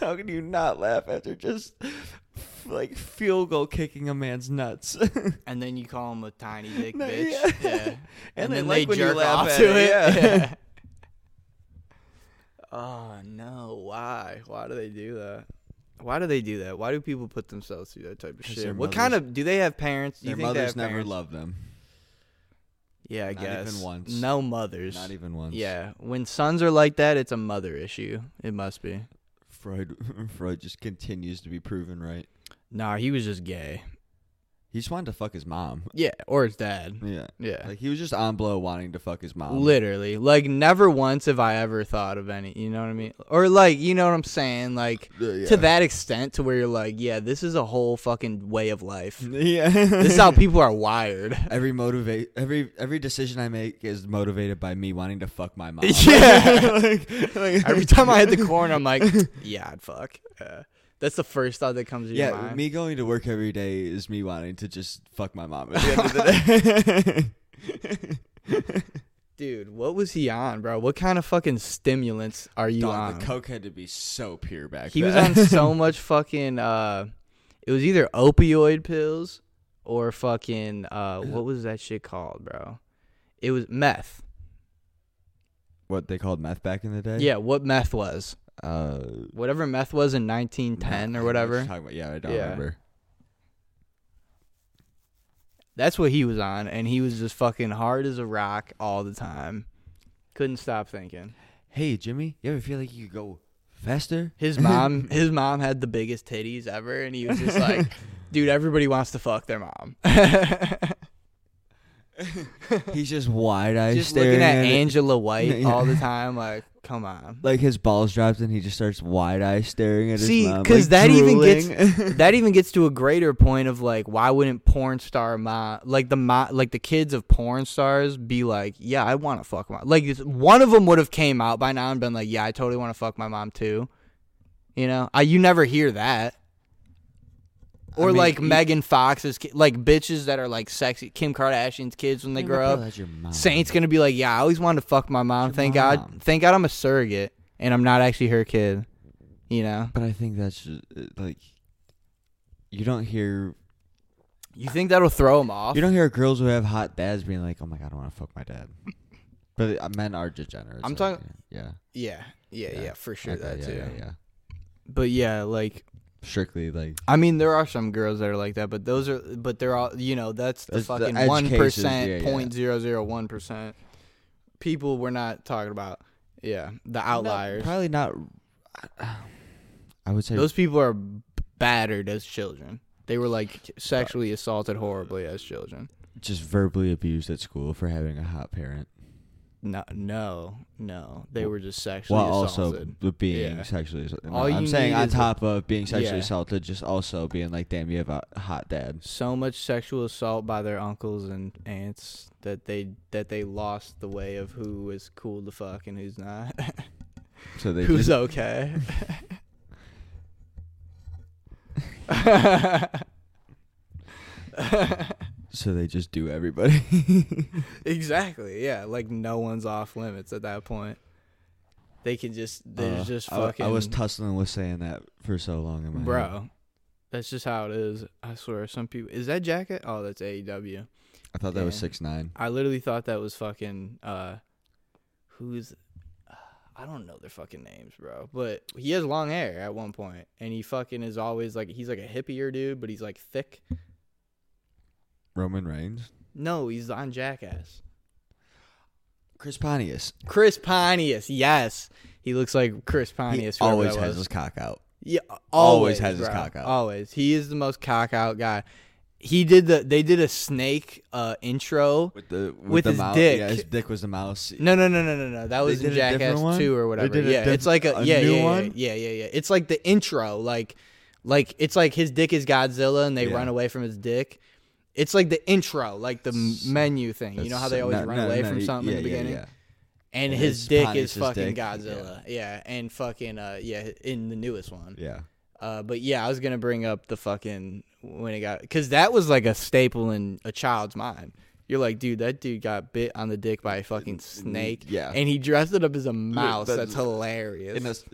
[SPEAKER 2] how can you not laugh after just like field goal kicking a man's nuts? [laughs]
[SPEAKER 1] And then you call him a tiny dick
[SPEAKER 2] No,
[SPEAKER 1] bitch.
[SPEAKER 2] yeah.
[SPEAKER 1] Yeah.
[SPEAKER 2] [laughs]
[SPEAKER 1] And,
[SPEAKER 2] And they
[SPEAKER 1] then
[SPEAKER 2] like
[SPEAKER 1] they
[SPEAKER 2] when you
[SPEAKER 1] jerk
[SPEAKER 2] laugh
[SPEAKER 1] off
[SPEAKER 2] at
[SPEAKER 1] to
[SPEAKER 2] it,
[SPEAKER 1] it.
[SPEAKER 2] yeah.
[SPEAKER 1] Yeah.
[SPEAKER 2] [laughs]
[SPEAKER 1] [laughs] oh no, why? Why do they do that? Why do they do that? Why do people put themselves through that type of
[SPEAKER 2] 'Cause their
[SPEAKER 1] shit? What kind
[SPEAKER 2] mothers-
[SPEAKER 1] of do they have parents? Do
[SPEAKER 2] Their
[SPEAKER 1] you think they
[SPEAKER 2] mothers
[SPEAKER 1] have
[SPEAKER 2] never
[SPEAKER 1] parents?
[SPEAKER 2] loved them.
[SPEAKER 1] Yeah, I
[SPEAKER 2] Not even
[SPEAKER 1] guess.
[SPEAKER 2] once.
[SPEAKER 1] No mothers.
[SPEAKER 2] Not even once.
[SPEAKER 1] Yeah, when sons are like that, it's a mother issue. It must be.
[SPEAKER 2] Freud [laughs] Freud just continues to be proven right.
[SPEAKER 1] Nah, he was just gay.
[SPEAKER 2] He just wanted to fuck his mom.
[SPEAKER 1] Yeah, or his dad.
[SPEAKER 2] Yeah.
[SPEAKER 1] Yeah. Um,
[SPEAKER 2] Like he was just on blow wanting to fuck his mom.
[SPEAKER 1] Literally, like never once have I ever thought of any. You know what I mean? Or like, you know what I'm saying? Like
[SPEAKER 2] Yeah, yeah.
[SPEAKER 1] to that extent, to where you're like, yeah, this is a whole fucking way of [laughs] life.
[SPEAKER 2] Yeah.
[SPEAKER 1] This
[SPEAKER 2] [laughs]
[SPEAKER 1] is how people are [laughs] wired.
[SPEAKER 2] every motivate every every decision I make is motivated by me wanting to fuck my mom.
[SPEAKER 1] [laughs]
[SPEAKER 2] [laughs]
[SPEAKER 1] Yeah.
[SPEAKER 2] Like- like-
[SPEAKER 1] Every time I hit
[SPEAKER 2] [laughs]
[SPEAKER 1] the corner, I'm [laughs] like, yeah, I'd fuck. Uh, that's the first thought that comes to your
[SPEAKER 2] Yeah,
[SPEAKER 1] mind.
[SPEAKER 2] me going to work every day is me wanting to just fuck my mom at the end of the [laughs] day.
[SPEAKER 1] Dude, what was he on, bro? What kind of fucking stimulants are you
[SPEAKER 2] Dog,
[SPEAKER 1] on?
[SPEAKER 2] the coke had to be so pure back
[SPEAKER 1] he was
[SPEAKER 2] then.
[SPEAKER 1] on so much fucking. uh It was either opioid pills or fucking. uh What was that shit called, bro? It was meth.
[SPEAKER 2] [laughs] what they called meth back in the day.
[SPEAKER 1] Yeah, what meth was.
[SPEAKER 2] Uh,
[SPEAKER 1] Whatever meth was in 1910
[SPEAKER 2] No, I know what
[SPEAKER 1] or
[SPEAKER 2] you're
[SPEAKER 1] whatever.
[SPEAKER 2] talking about. Yeah, I don't
[SPEAKER 1] Yeah.
[SPEAKER 2] remember.
[SPEAKER 1] That's what he was on, and he was just fucking hard as a rock all the time. Couldn't stop thinking.
[SPEAKER 2] Hey, Jimmy, you ever feel like you could go faster? [laughs]
[SPEAKER 1] His mom, his mom had the biggest titties ever, and he was just
[SPEAKER 2] [laughs]
[SPEAKER 1] like, "Dude, everybody wants to fuck their mom." [laughs]
[SPEAKER 2] He's just wide eyed
[SPEAKER 1] just
[SPEAKER 2] staring
[SPEAKER 1] looking at
[SPEAKER 2] at it.
[SPEAKER 1] Angela White
[SPEAKER 2] [laughs] Yeah.
[SPEAKER 1] all the time, like, come on.
[SPEAKER 2] Like his balls dropped and he just starts wide eye staring at
[SPEAKER 1] See,
[SPEAKER 2] his mom.
[SPEAKER 1] 'cause
[SPEAKER 2] like,
[SPEAKER 1] that even gets- [laughs]
[SPEAKER 2] drooling.
[SPEAKER 1] That even gets to a greater point of like, why wouldn't porn star mom, like the mo- like the kids of porn stars, be like, yeah, I want to fuck my like it's- one of them would have came out by now and been like, yeah, I totally want to fuck my mom too. You know, I you never hear that.
[SPEAKER 2] I
[SPEAKER 1] Or
[SPEAKER 2] mean,
[SPEAKER 1] like
[SPEAKER 2] you-
[SPEAKER 1] Megan Fox's ki- like bitches that are like sexy Kim Kardashian's kids when they
[SPEAKER 2] Man,
[SPEAKER 1] grow
[SPEAKER 2] I
[SPEAKER 1] up.
[SPEAKER 2] thought that's your mom.
[SPEAKER 1] Saint's gonna be like, yeah, I always wanted to fuck my mom.
[SPEAKER 2] um, Your
[SPEAKER 1] Thank
[SPEAKER 2] mom.
[SPEAKER 1] God, thank God, I'm a surrogate and I'm not actually her kid. You know,
[SPEAKER 2] But I think that's just, uh, like you don't hear
[SPEAKER 1] you think that'll throw him off?
[SPEAKER 2] you don't hear girls who have hot dads being like, "Oh my god, I want to fuck my dad." But uh, men are degenerates.
[SPEAKER 1] I'm
[SPEAKER 2] like,
[SPEAKER 1] talking-
[SPEAKER 2] Yeah.
[SPEAKER 1] yeah, yeah,
[SPEAKER 2] Yeah.
[SPEAKER 1] yeah, for sure
[SPEAKER 2] Okay,
[SPEAKER 1] that
[SPEAKER 2] yeah,
[SPEAKER 1] too.
[SPEAKER 2] Yeah, yeah.
[SPEAKER 1] But yeah, like
[SPEAKER 2] Strictly like
[SPEAKER 1] I mean, there are some girls that are like that, but those are, but they're all, you know, that's the
[SPEAKER 2] That's the
[SPEAKER 1] fucking
[SPEAKER 2] edge
[SPEAKER 1] one
[SPEAKER 2] cases, yeah, yeah.
[SPEAKER 1] percent, point zero zero one percent people we're not talking about. Yeah, the outliers.
[SPEAKER 2] probably not. I would say
[SPEAKER 1] Those people are b- battered as children. They were like sexually assaulted horribly as children.
[SPEAKER 2] just verbally abused at school for having a hot parent
[SPEAKER 1] No, no, no. They were just sexually
[SPEAKER 2] while also
[SPEAKER 1] assaulted.
[SPEAKER 2] b- being
[SPEAKER 1] Yeah.
[SPEAKER 2] sexually assaulted.
[SPEAKER 1] All
[SPEAKER 2] I'm
[SPEAKER 1] you
[SPEAKER 2] saying
[SPEAKER 1] need
[SPEAKER 2] on
[SPEAKER 1] is a-
[SPEAKER 2] top of being sexually
[SPEAKER 1] Yeah.
[SPEAKER 2] assaulted, just also being like, damn, you have a hot dad.
[SPEAKER 1] so much sexual assault by their uncles and aunts that they that they lost the way of who is cool to fuck and who's not, [laughs]
[SPEAKER 2] So they
[SPEAKER 1] who's
[SPEAKER 2] just,
[SPEAKER 1] okay.
[SPEAKER 2] so they just do everybody.
[SPEAKER 1] exactly. Yeah. Like no one's off limits at that point. [laughs] They can just there's
[SPEAKER 2] Uh,
[SPEAKER 1] just
[SPEAKER 2] I,
[SPEAKER 1] fucking.
[SPEAKER 2] I was tussling with saying that for so long in my head.
[SPEAKER 1] bro. That's just how it is. I swear. Some people is that jacket? Oh, that's AEW.
[SPEAKER 2] I thought that was
[SPEAKER 1] Yeah.
[SPEAKER 2] six nine.
[SPEAKER 1] I literally thought that was fucking uh who's uh, I don't know their fucking names, bro. But he has long hair at one point and he fucking is always like he's like a hippier dude, but he's like thick.
[SPEAKER 2] Roman Reigns,
[SPEAKER 1] No, he's on Jackass.
[SPEAKER 2] Chris Pontius.
[SPEAKER 1] Chris Pontius, yes. He looks like Chris
[SPEAKER 2] He
[SPEAKER 1] Pontius. whoever
[SPEAKER 2] always
[SPEAKER 1] that
[SPEAKER 2] has
[SPEAKER 1] was.
[SPEAKER 2] his cock out.
[SPEAKER 1] Yeah,
[SPEAKER 2] Always
[SPEAKER 1] always,
[SPEAKER 2] has his
[SPEAKER 1] bro.
[SPEAKER 2] cock out.
[SPEAKER 1] Always, he is the most cock out guy. He did the. They did a snake uh, intro.
[SPEAKER 2] With the with,
[SPEAKER 1] With
[SPEAKER 2] the
[SPEAKER 1] his
[SPEAKER 2] mouse.
[SPEAKER 1] dick.
[SPEAKER 2] Yeah, his dick was the mouse.
[SPEAKER 1] No, no, no, no, no, no. That was
[SPEAKER 2] did
[SPEAKER 1] in
[SPEAKER 2] a different
[SPEAKER 1] Jackass
[SPEAKER 2] one?
[SPEAKER 1] Two or
[SPEAKER 2] They
[SPEAKER 1] whatever.
[SPEAKER 2] did a
[SPEAKER 1] Yeah,
[SPEAKER 2] diff-
[SPEAKER 1] it's like a,
[SPEAKER 2] a
[SPEAKER 1] yeah,
[SPEAKER 2] new
[SPEAKER 1] yeah, yeah,
[SPEAKER 2] one?
[SPEAKER 1] yeah, yeah, yeah. It's like the intro, like, like it's like his dick is Godzilla and they
[SPEAKER 2] Yeah.
[SPEAKER 1] run away from his dick. It's like the intro, like the m menu thing. You know how they always
[SPEAKER 2] No,
[SPEAKER 1] run
[SPEAKER 2] no,
[SPEAKER 1] away
[SPEAKER 2] no,
[SPEAKER 1] from
[SPEAKER 2] y-
[SPEAKER 1] something
[SPEAKER 2] yeah,
[SPEAKER 1] in the
[SPEAKER 2] e, yeah,
[SPEAKER 1] beginning,
[SPEAKER 2] yeah.
[SPEAKER 1] and
[SPEAKER 2] And
[SPEAKER 1] his
[SPEAKER 2] it's
[SPEAKER 1] dick
[SPEAKER 2] Pontius'
[SPEAKER 1] is fucking
[SPEAKER 2] dick,
[SPEAKER 1] Godzilla. Yeah. and fucking uh, yeah, in the newest one.
[SPEAKER 2] Yeah.
[SPEAKER 1] Uh, but yeah, I was gonna bring up the fucking when it got because that was like a staple in a child's mind. You're like, dude, that dude got bit on the dick by a fucking snake.
[SPEAKER 2] yeah.
[SPEAKER 1] and he dressed it up as a mouse.
[SPEAKER 2] that-
[SPEAKER 1] That's hilarious.
[SPEAKER 2] In a, s-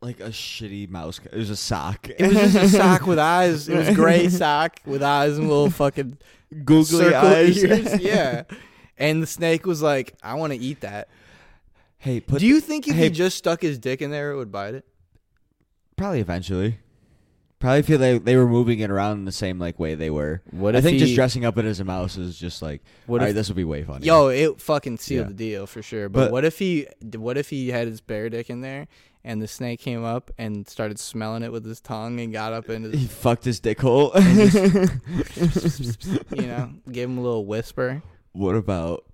[SPEAKER 2] like a shitty mouse. It was a sock.
[SPEAKER 1] it was just a sock with eyes. It was gray sock with eyes and little fucking
[SPEAKER 2] [laughs] googly
[SPEAKER 1] circle
[SPEAKER 2] eyes.
[SPEAKER 1] ears. Yeah, and the snake was like, I want to eat that.
[SPEAKER 2] [laughs] Hey, put
[SPEAKER 1] Do you think if
[SPEAKER 2] Hey.
[SPEAKER 1] he just stuck his dick in there, it would bite it?
[SPEAKER 2] Probably eventually. Probably feel they they were moving it around in the same like way they were.
[SPEAKER 1] What
[SPEAKER 2] I
[SPEAKER 1] if
[SPEAKER 2] think just
[SPEAKER 1] he-
[SPEAKER 2] dressing up it as a mouse is just like
[SPEAKER 1] What
[SPEAKER 2] all
[SPEAKER 1] if-
[SPEAKER 2] right, this would be way funny.
[SPEAKER 1] Yo, it fucking sealed
[SPEAKER 2] Yeah.
[SPEAKER 1] the deal for sure. But,
[SPEAKER 2] But-
[SPEAKER 1] what if he what if he had his bear dick in there and the snake came up and started smelling it with his tongue and got up into
[SPEAKER 2] [laughs] he fucked his dick hole.
[SPEAKER 1] you [laughs] know, gave him a little whisper.
[SPEAKER 2] [laughs] what about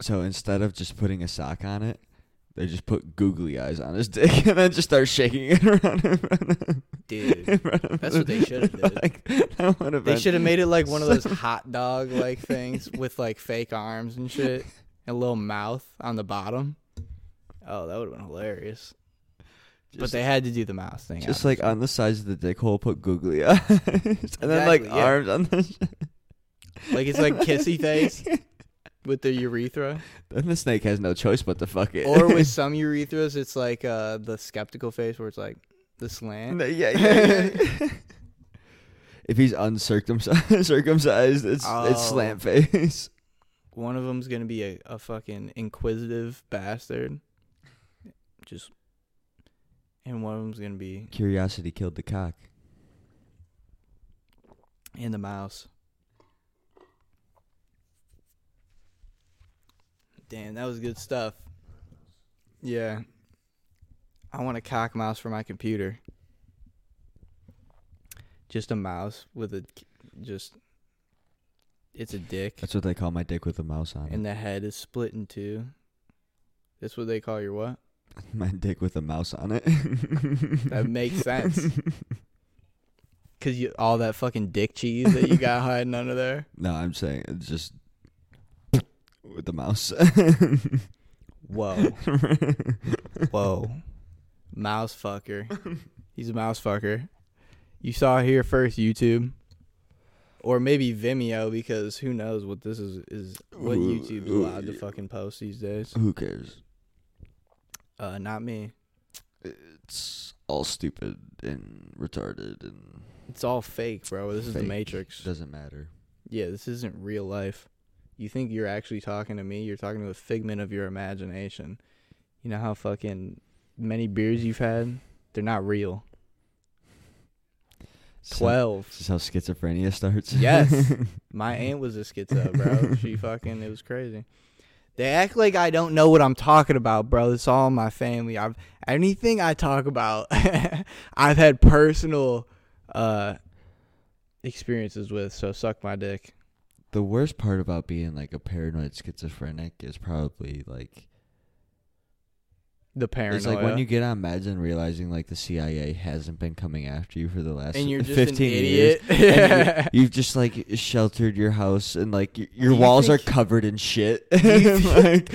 [SPEAKER 2] so instead of just putting a sock on it, they just put googly eyes on his dick [laughs] and then just start shaking it around him.
[SPEAKER 1] Dude. That's what they should [laughs]
[SPEAKER 2] [laughs]
[SPEAKER 1] have did.
[SPEAKER 2] like, that would have
[SPEAKER 1] They
[SPEAKER 2] been
[SPEAKER 1] should have made it like one of [laughs] those hot dog like things with like fake arms and shit. And a little mouth on the bottom. Oh, that would have been hilarious. but
[SPEAKER 2] Just-
[SPEAKER 1] they had to do the mouse thing.
[SPEAKER 2] just like on the sides of the dick hole put googly [laughs] eyes and then like
[SPEAKER 1] Exactly, yeah.
[SPEAKER 2] arms on the [laughs]
[SPEAKER 1] like it's like kissy face with the urethra.
[SPEAKER 2] Then the snake has no choice but to fuck it.
[SPEAKER 1] or with some urethras, it's like uh, the skeptical face where it's like the slant.
[SPEAKER 2] [laughs] No, yeah, yeah, yeah. [laughs] if he's uncircumcised, [laughs] circumcised, it's it's
[SPEAKER 1] Oh.
[SPEAKER 2] slant face.
[SPEAKER 1] One of them's gonna be a, a fucking inquisitive bastard, just, and one of them's gonna be
[SPEAKER 2] [laughs] Curiosity killed the cock.
[SPEAKER 1] in the mouse. Damn, that was good stuff. Yeah, I want a cock mouse for my computer. Just a mouse with a, just, it's a dick.
[SPEAKER 2] That's what they call my dick with a mouse on
[SPEAKER 1] and the head is split in two. That's what they call your what?
[SPEAKER 2] it. [laughs] My dick with a mouse on it. [laughs]
[SPEAKER 1] That makes sense. Cause you all that fucking dick cheese that you got hiding under there.
[SPEAKER 2] no, I'm saying it's just [laughs] with the mouse. [laughs]
[SPEAKER 1] Whoa, whoa, mouse fucker. He's a mouse fucker. You saw it here first, YouTube, or maybe Vimeo, because who knows what this is is what
[SPEAKER 2] Ooh,
[SPEAKER 1] YouTube's
[SPEAKER 2] ooh,
[SPEAKER 1] allowed to
[SPEAKER 2] yeah.
[SPEAKER 1] fucking post these days.
[SPEAKER 2] Who cares?
[SPEAKER 1] Uh, not me.
[SPEAKER 2] It's all stupid and retarded and
[SPEAKER 1] It's all fake, bro. Oh, This is the
[SPEAKER 2] Fake.
[SPEAKER 1] Matrix.
[SPEAKER 2] doesn't matter.
[SPEAKER 1] Yeah, this isn't real life. You think you're actually talking to me? You're talking to a figment of your imagination. You know how fucking many beers you've had? They're not real.
[SPEAKER 2] So-
[SPEAKER 1] Twelve.
[SPEAKER 2] This is how schizophrenia starts. [laughs]
[SPEAKER 1] Yes. My aunt was a schizo, bro. She fucking it was crazy. They act like I don't know what I'm talking about, bro. It's all in my family. I've anything I talk about [laughs] I've had personal uh experiences with, so suck my dick.
[SPEAKER 2] the worst part about being like a paranoid schizophrenic is probably like
[SPEAKER 1] The paranoia.
[SPEAKER 2] it's like when you get on meds and realizing like the CIA hasn't been coming after you for the last
[SPEAKER 1] and you're just
[SPEAKER 2] 15
[SPEAKER 1] an
[SPEAKER 2] years.
[SPEAKER 1] idiot.
[SPEAKER 2] [laughs] And
[SPEAKER 1] [laughs]
[SPEAKER 2] you, you've just like sheltered your house and like y- your
[SPEAKER 1] Do you
[SPEAKER 2] walls are
[SPEAKER 1] think-
[SPEAKER 2] covered
[SPEAKER 1] [laughs]
[SPEAKER 2] in shit
[SPEAKER 1] you
[SPEAKER 2] [laughs] Like-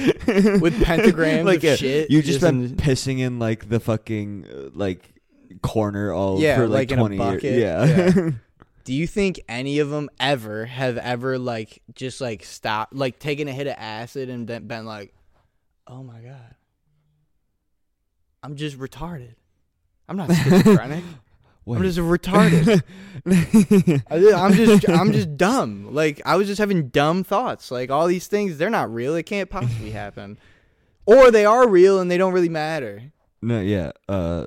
[SPEAKER 1] With
[SPEAKER 2] [laughs]
[SPEAKER 1] pentagrams
[SPEAKER 2] like
[SPEAKER 1] of
[SPEAKER 2] yeah,
[SPEAKER 1] shit
[SPEAKER 2] you've just,
[SPEAKER 1] just in
[SPEAKER 2] been
[SPEAKER 1] the-
[SPEAKER 2] pissing in like the fucking uh, like corner all
[SPEAKER 1] Yeah,
[SPEAKER 2] for
[SPEAKER 1] like
[SPEAKER 2] like,
[SPEAKER 1] in a
[SPEAKER 2] 20
[SPEAKER 1] bucket.
[SPEAKER 2] years yeah, [laughs]
[SPEAKER 1] Do you think any of them ever have ever like just like stopped, like taken a hit of acid and then been like, oh my god, I'm just retarded. I'm not
[SPEAKER 2] [laughs]
[SPEAKER 1] schizophrenic. I'm just retarded.
[SPEAKER 2] retarded
[SPEAKER 1] I did- I'm just I'm just dumb. Like I was just having dumb thoughts. Like all these things, they're not real. It can't possibly happen. Or they are real and they don't really matter.
[SPEAKER 2] No, yeah. Uh,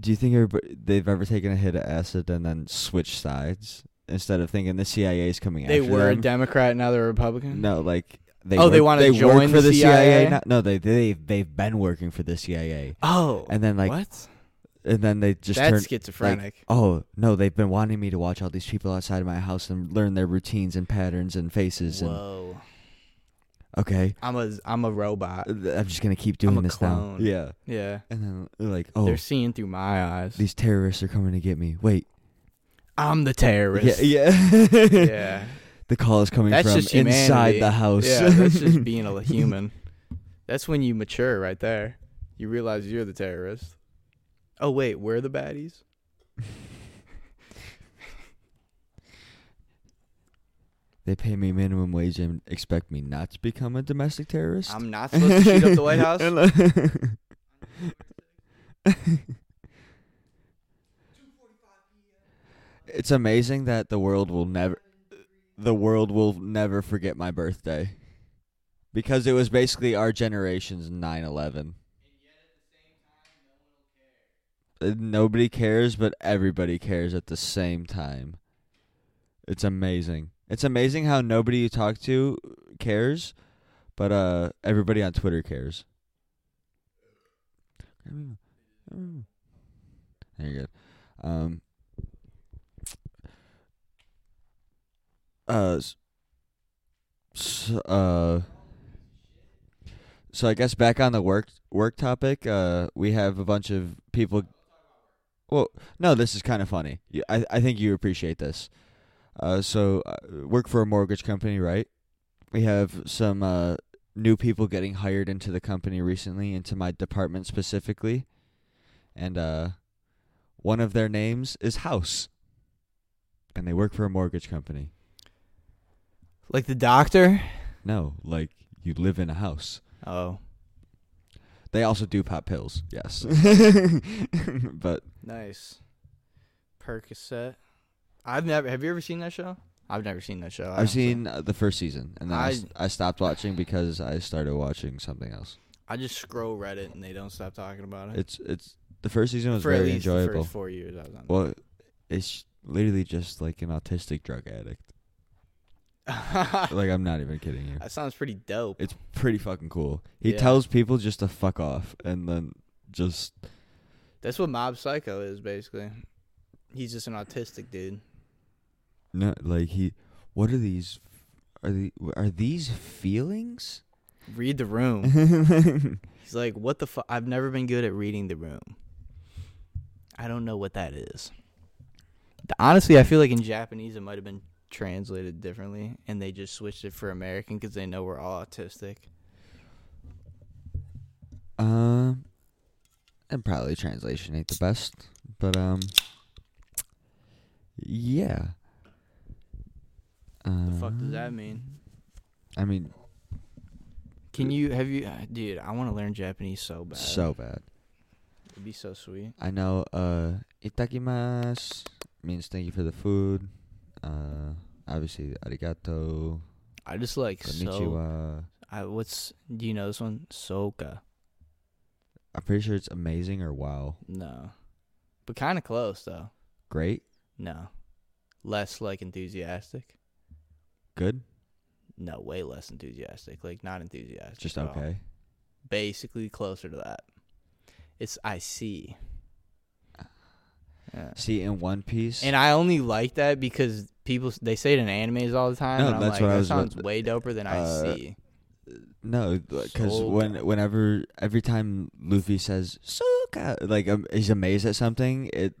[SPEAKER 2] do you think everybody, they've ever taken a hit of acid and then switched sides instead of thinking the CIA is coming
[SPEAKER 1] They
[SPEAKER 2] after
[SPEAKER 1] were a
[SPEAKER 2] them?
[SPEAKER 1] Democrat, now they're a Republican.
[SPEAKER 2] no, like they
[SPEAKER 1] Oh, they
[SPEAKER 2] work-
[SPEAKER 1] wanna
[SPEAKER 2] they work
[SPEAKER 1] join
[SPEAKER 2] for
[SPEAKER 1] the CIA?
[SPEAKER 2] now- No, they they they've been working for the CIA,
[SPEAKER 1] Oh,
[SPEAKER 2] and then like
[SPEAKER 1] what?
[SPEAKER 2] and then they just
[SPEAKER 1] That's
[SPEAKER 2] turn.
[SPEAKER 1] schizophrenic.
[SPEAKER 2] Oh no! They've been wanting me to watch all these people outside of my house and learn their routines and patterns and faces.
[SPEAKER 1] Whoa,
[SPEAKER 2] And okay,
[SPEAKER 1] I'm a I'm a robot.
[SPEAKER 2] I'm just gonna keep doing
[SPEAKER 1] a
[SPEAKER 2] this
[SPEAKER 1] clone.
[SPEAKER 2] now. Yeah,
[SPEAKER 1] Yeah,
[SPEAKER 2] and then they're like, oh,
[SPEAKER 1] they're seeing through my eyes.
[SPEAKER 2] these terrorists are coming to get me. Wait,
[SPEAKER 1] I'm the terrorist.
[SPEAKER 2] Yeah, yeah.
[SPEAKER 1] Yeah.
[SPEAKER 2] [laughs] The call is coming
[SPEAKER 1] that's
[SPEAKER 2] from
[SPEAKER 1] just humanity.
[SPEAKER 2] inside the house.
[SPEAKER 1] Yeah, that's
[SPEAKER 2] [laughs]
[SPEAKER 1] just being a human. That's when you mature, right there. You realize you're the terrorist. Oh wait, we're the baddies.
[SPEAKER 2] they pay me minimum wage and expect me not to become a domestic terrorist.
[SPEAKER 1] I'm not supposed to shoot up the [laughs]
[SPEAKER 2] [laughs]
[SPEAKER 1] White House.
[SPEAKER 2] it's amazing that the world will never the world will never forget my birthday. Because it was basically our generation's 9/11. Uh, Nobody cares, but everybody cares at the same time. It's amazing. It's amazing how nobody you talk to cares, but uh, everybody on Twitter cares. There you go. Um. Uh. s- So, uh. So I guess back on the work work topic, uh, we have a bunch of people. Well, no, this is kind of funny. You- I I think you appreciate this. Uh, so uh, work for a mortgage company, right? We have some uh, new people getting hired into the company recently, into my department specifically, and uh, one of their names is House, and they work for a mortgage company.
[SPEAKER 1] Like the doctor.
[SPEAKER 2] No, like you live in a house.
[SPEAKER 1] Oh,
[SPEAKER 2] They also do pop pills, yes, [laughs] but
[SPEAKER 1] nice. Percocet. I've never. Have you ever seen that show? I've never seen that show. I don't think-
[SPEAKER 2] I've seen uh, the first season, and then I,
[SPEAKER 1] I-
[SPEAKER 2] s- I stopped watching because I started watching something else.
[SPEAKER 1] I just scroll Reddit and they don't stop talking about it.
[SPEAKER 2] It's it's the first season was
[SPEAKER 1] For at
[SPEAKER 2] very
[SPEAKER 1] least the
[SPEAKER 2] enjoyable.
[SPEAKER 1] first four years, I was on.
[SPEAKER 2] Well, it's literally just like an autistic drug addict.
[SPEAKER 1] [laughs]
[SPEAKER 2] Like I'm not even kidding you.
[SPEAKER 1] that sounds pretty dope.
[SPEAKER 2] It's pretty fucking cool. He
[SPEAKER 1] Yeah.
[SPEAKER 2] tells people just to fuck off, and then just
[SPEAKER 1] That's what Mob Psycho is basically. He's just an autistic dude.
[SPEAKER 2] no, like he. What are these? Are the are these feelings?
[SPEAKER 1] Read the room. He's like, what the fuck? I've never been good at reading the room. I don't know what that is. Th- Honestly, I feel like in Japanese it might have been translated differently, and they just switched it for American because they know we're all autistic.
[SPEAKER 2] Um, and probably translation ain't the best, but um, yeah.
[SPEAKER 1] The fuck does
[SPEAKER 2] Uh,
[SPEAKER 1] that mean?
[SPEAKER 2] I mean,
[SPEAKER 1] Can you have you, uh, dude? I want to learn Japanese so bad.
[SPEAKER 2] so bad.
[SPEAKER 1] it'd be so sweet.
[SPEAKER 2] I know. Uh, itakimasu means thank you for the food. Uh, obviously, arigato,
[SPEAKER 1] I just like so.
[SPEAKER 2] konnichiwa.
[SPEAKER 1] I what's do you know this one? Soka.
[SPEAKER 2] I'm pretty sure it's amazing or wow,
[SPEAKER 1] No, but kind of close though.
[SPEAKER 2] great,
[SPEAKER 1] No, less like enthusiastic.
[SPEAKER 2] good,
[SPEAKER 1] No, way less enthusiastic. Like not enthusiastic.
[SPEAKER 2] just
[SPEAKER 1] at all.
[SPEAKER 2] okay.
[SPEAKER 1] Basically closer to that. It's I see. Yeah.
[SPEAKER 2] See, in One Piece,
[SPEAKER 1] And I only like that because people they say it in animes all the time.
[SPEAKER 2] No,
[SPEAKER 1] and I'm
[SPEAKER 2] that's
[SPEAKER 1] like,
[SPEAKER 2] what I
[SPEAKER 1] that
[SPEAKER 2] was
[SPEAKER 1] sounds
[SPEAKER 2] about-
[SPEAKER 1] way doper than I
[SPEAKER 2] uh,
[SPEAKER 1] see.
[SPEAKER 2] No, because
[SPEAKER 1] Soka.
[SPEAKER 2] when whenever every time Luffy says "Soka," like um, he's amazed at something, it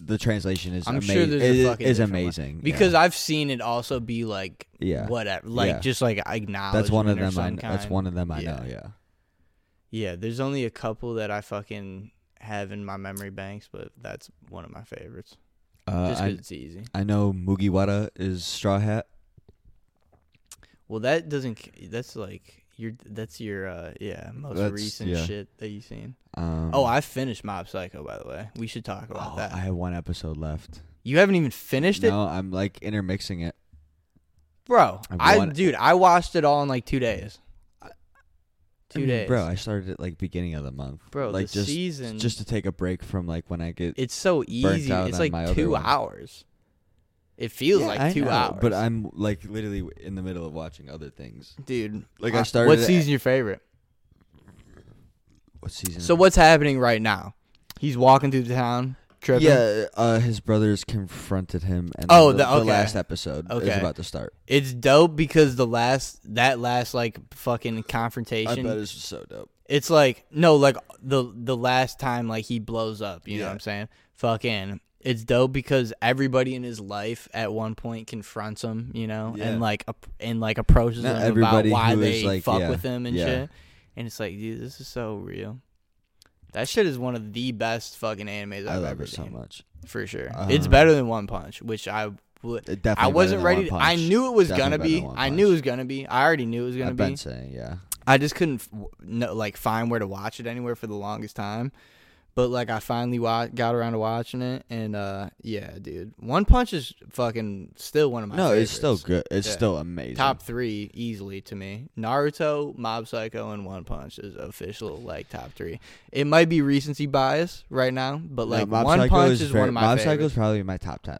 [SPEAKER 2] the translation is
[SPEAKER 1] I'm
[SPEAKER 2] amazing.
[SPEAKER 1] sure there's a fucking
[SPEAKER 2] is
[SPEAKER 1] different one.
[SPEAKER 2] amazing yeah.
[SPEAKER 1] Because I've seen it also be like
[SPEAKER 2] Yeah.
[SPEAKER 1] whatever, like
[SPEAKER 2] Yeah.
[SPEAKER 1] just like acknowledge.
[SPEAKER 2] that's one of them.
[SPEAKER 1] Some
[SPEAKER 2] I, that's
[SPEAKER 1] kind.
[SPEAKER 2] one of them I
[SPEAKER 1] Yeah.
[SPEAKER 2] know. Yeah,
[SPEAKER 1] Yeah, there's only a couple that I fucking have in my memory banks, but that's one of my favorites.
[SPEAKER 2] uh,
[SPEAKER 1] Just 'cause
[SPEAKER 2] I
[SPEAKER 1] it's easy.
[SPEAKER 2] I know Mugiwara is Straw Hat.
[SPEAKER 1] Well, that doesn't. c- That's like your. That's your. uh Yeah, most
[SPEAKER 2] That's-
[SPEAKER 1] recent
[SPEAKER 2] yeah.
[SPEAKER 1] shit that you've seen.
[SPEAKER 2] Um,
[SPEAKER 1] oh, I finished Mob Psycho. By the way, we should talk about
[SPEAKER 2] oh,
[SPEAKER 1] that.
[SPEAKER 2] I have one episode left.
[SPEAKER 1] you haven't even finished it,
[SPEAKER 2] No, I'm like intermixing it.
[SPEAKER 1] bro.
[SPEAKER 2] I've
[SPEAKER 1] I
[SPEAKER 2] won-
[SPEAKER 1] dude, I watched it all in like two days. Two
[SPEAKER 2] I mean,
[SPEAKER 1] days,
[SPEAKER 2] bro. I started at like beginning of the month,
[SPEAKER 1] Bro,
[SPEAKER 2] Like
[SPEAKER 1] the
[SPEAKER 2] just
[SPEAKER 1] season.
[SPEAKER 2] just to take a break from like when I get
[SPEAKER 1] It's so easy.
[SPEAKER 2] out
[SPEAKER 1] It's
[SPEAKER 2] on
[SPEAKER 1] like
[SPEAKER 2] my other
[SPEAKER 1] two
[SPEAKER 2] one.
[SPEAKER 1] hours. It feels
[SPEAKER 2] Yeah,
[SPEAKER 1] like
[SPEAKER 2] I
[SPEAKER 1] two
[SPEAKER 2] know,
[SPEAKER 1] hours.
[SPEAKER 2] But I'm like literally in the middle of watching other things.
[SPEAKER 1] dude.
[SPEAKER 2] Like, I
[SPEAKER 1] uh,
[SPEAKER 2] started
[SPEAKER 1] What
[SPEAKER 2] at-
[SPEAKER 1] season your favorite?
[SPEAKER 2] What season?
[SPEAKER 1] So what's happening right now? He's walking through the town, tripping.
[SPEAKER 2] Yeah, uh, his brothers confronted him, and
[SPEAKER 1] Oh,
[SPEAKER 2] the,
[SPEAKER 1] the-
[SPEAKER 2] the
[SPEAKER 1] okay.
[SPEAKER 2] last episode is
[SPEAKER 1] Okay.
[SPEAKER 2] about to start.
[SPEAKER 1] It's dope because the last that last like fucking confrontation.
[SPEAKER 2] I bet it's so dope.
[SPEAKER 1] it's like no like the the last time like he blows up you know
[SPEAKER 2] Yeah.
[SPEAKER 1] what i'm saying fucking it's dope because everybody in his life at one point confronts him you know
[SPEAKER 2] Yeah.
[SPEAKER 1] and like ap- and like approaches him
[SPEAKER 2] Not
[SPEAKER 1] about
[SPEAKER 2] everybody
[SPEAKER 1] why
[SPEAKER 2] who
[SPEAKER 1] they
[SPEAKER 2] is, like,
[SPEAKER 1] fuck
[SPEAKER 2] yeah,
[SPEAKER 1] with him and
[SPEAKER 2] yeah.
[SPEAKER 1] shit and it's like dude this is so real that shit is one of the best fucking animes
[SPEAKER 2] I
[SPEAKER 1] i've
[SPEAKER 2] love
[SPEAKER 1] ever
[SPEAKER 2] it so
[SPEAKER 1] seen
[SPEAKER 2] much.
[SPEAKER 1] for sure
[SPEAKER 2] Uh,
[SPEAKER 1] it's better than one punch which i would
[SPEAKER 2] It definitely
[SPEAKER 1] I
[SPEAKER 2] better
[SPEAKER 1] wasn't
[SPEAKER 2] than
[SPEAKER 1] ready.
[SPEAKER 2] One
[SPEAKER 1] To,
[SPEAKER 2] Punch.
[SPEAKER 1] I knew it was
[SPEAKER 2] Definitely
[SPEAKER 1] gonna
[SPEAKER 2] better than
[SPEAKER 1] be.
[SPEAKER 2] One
[SPEAKER 1] I knew it
[SPEAKER 2] Punch.
[SPEAKER 1] was gonna be. I already knew it was gonna
[SPEAKER 2] I've
[SPEAKER 1] be.
[SPEAKER 2] been saying, yeah.
[SPEAKER 1] I just couldn't f- w- no, like find where to watch it anywhere for the longest time. But like I finally wa- got around to watching it, and uh yeah, dude, One Punch is fucking still one of my
[SPEAKER 2] no,
[SPEAKER 1] favorites.
[SPEAKER 2] it's still good. It's
[SPEAKER 1] Yeah.
[SPEAKER 2] still amazing.
[SPEAKER 1] top three easily to me. Naruto, Mob Psycho, and One Punch is official like top three. It might be recency bias right now, but
[SPEAKER 2] No,
[SPEAKER 1] like
[SPEAKER 2] Mob
[SPEAKER 1] One
[SPEAKER 2] Psycho
[SPEAKER 1] Punch is,
[SPEAKER 2] is,
[SPEAKER 1] one
[SPEAKER 2] very-
[SPEAKER 1] of my
[SPEAKER 2] Mob Psycho
[SPEAKER 1] favorites.
[SPEAKER 2] is probably my top ten.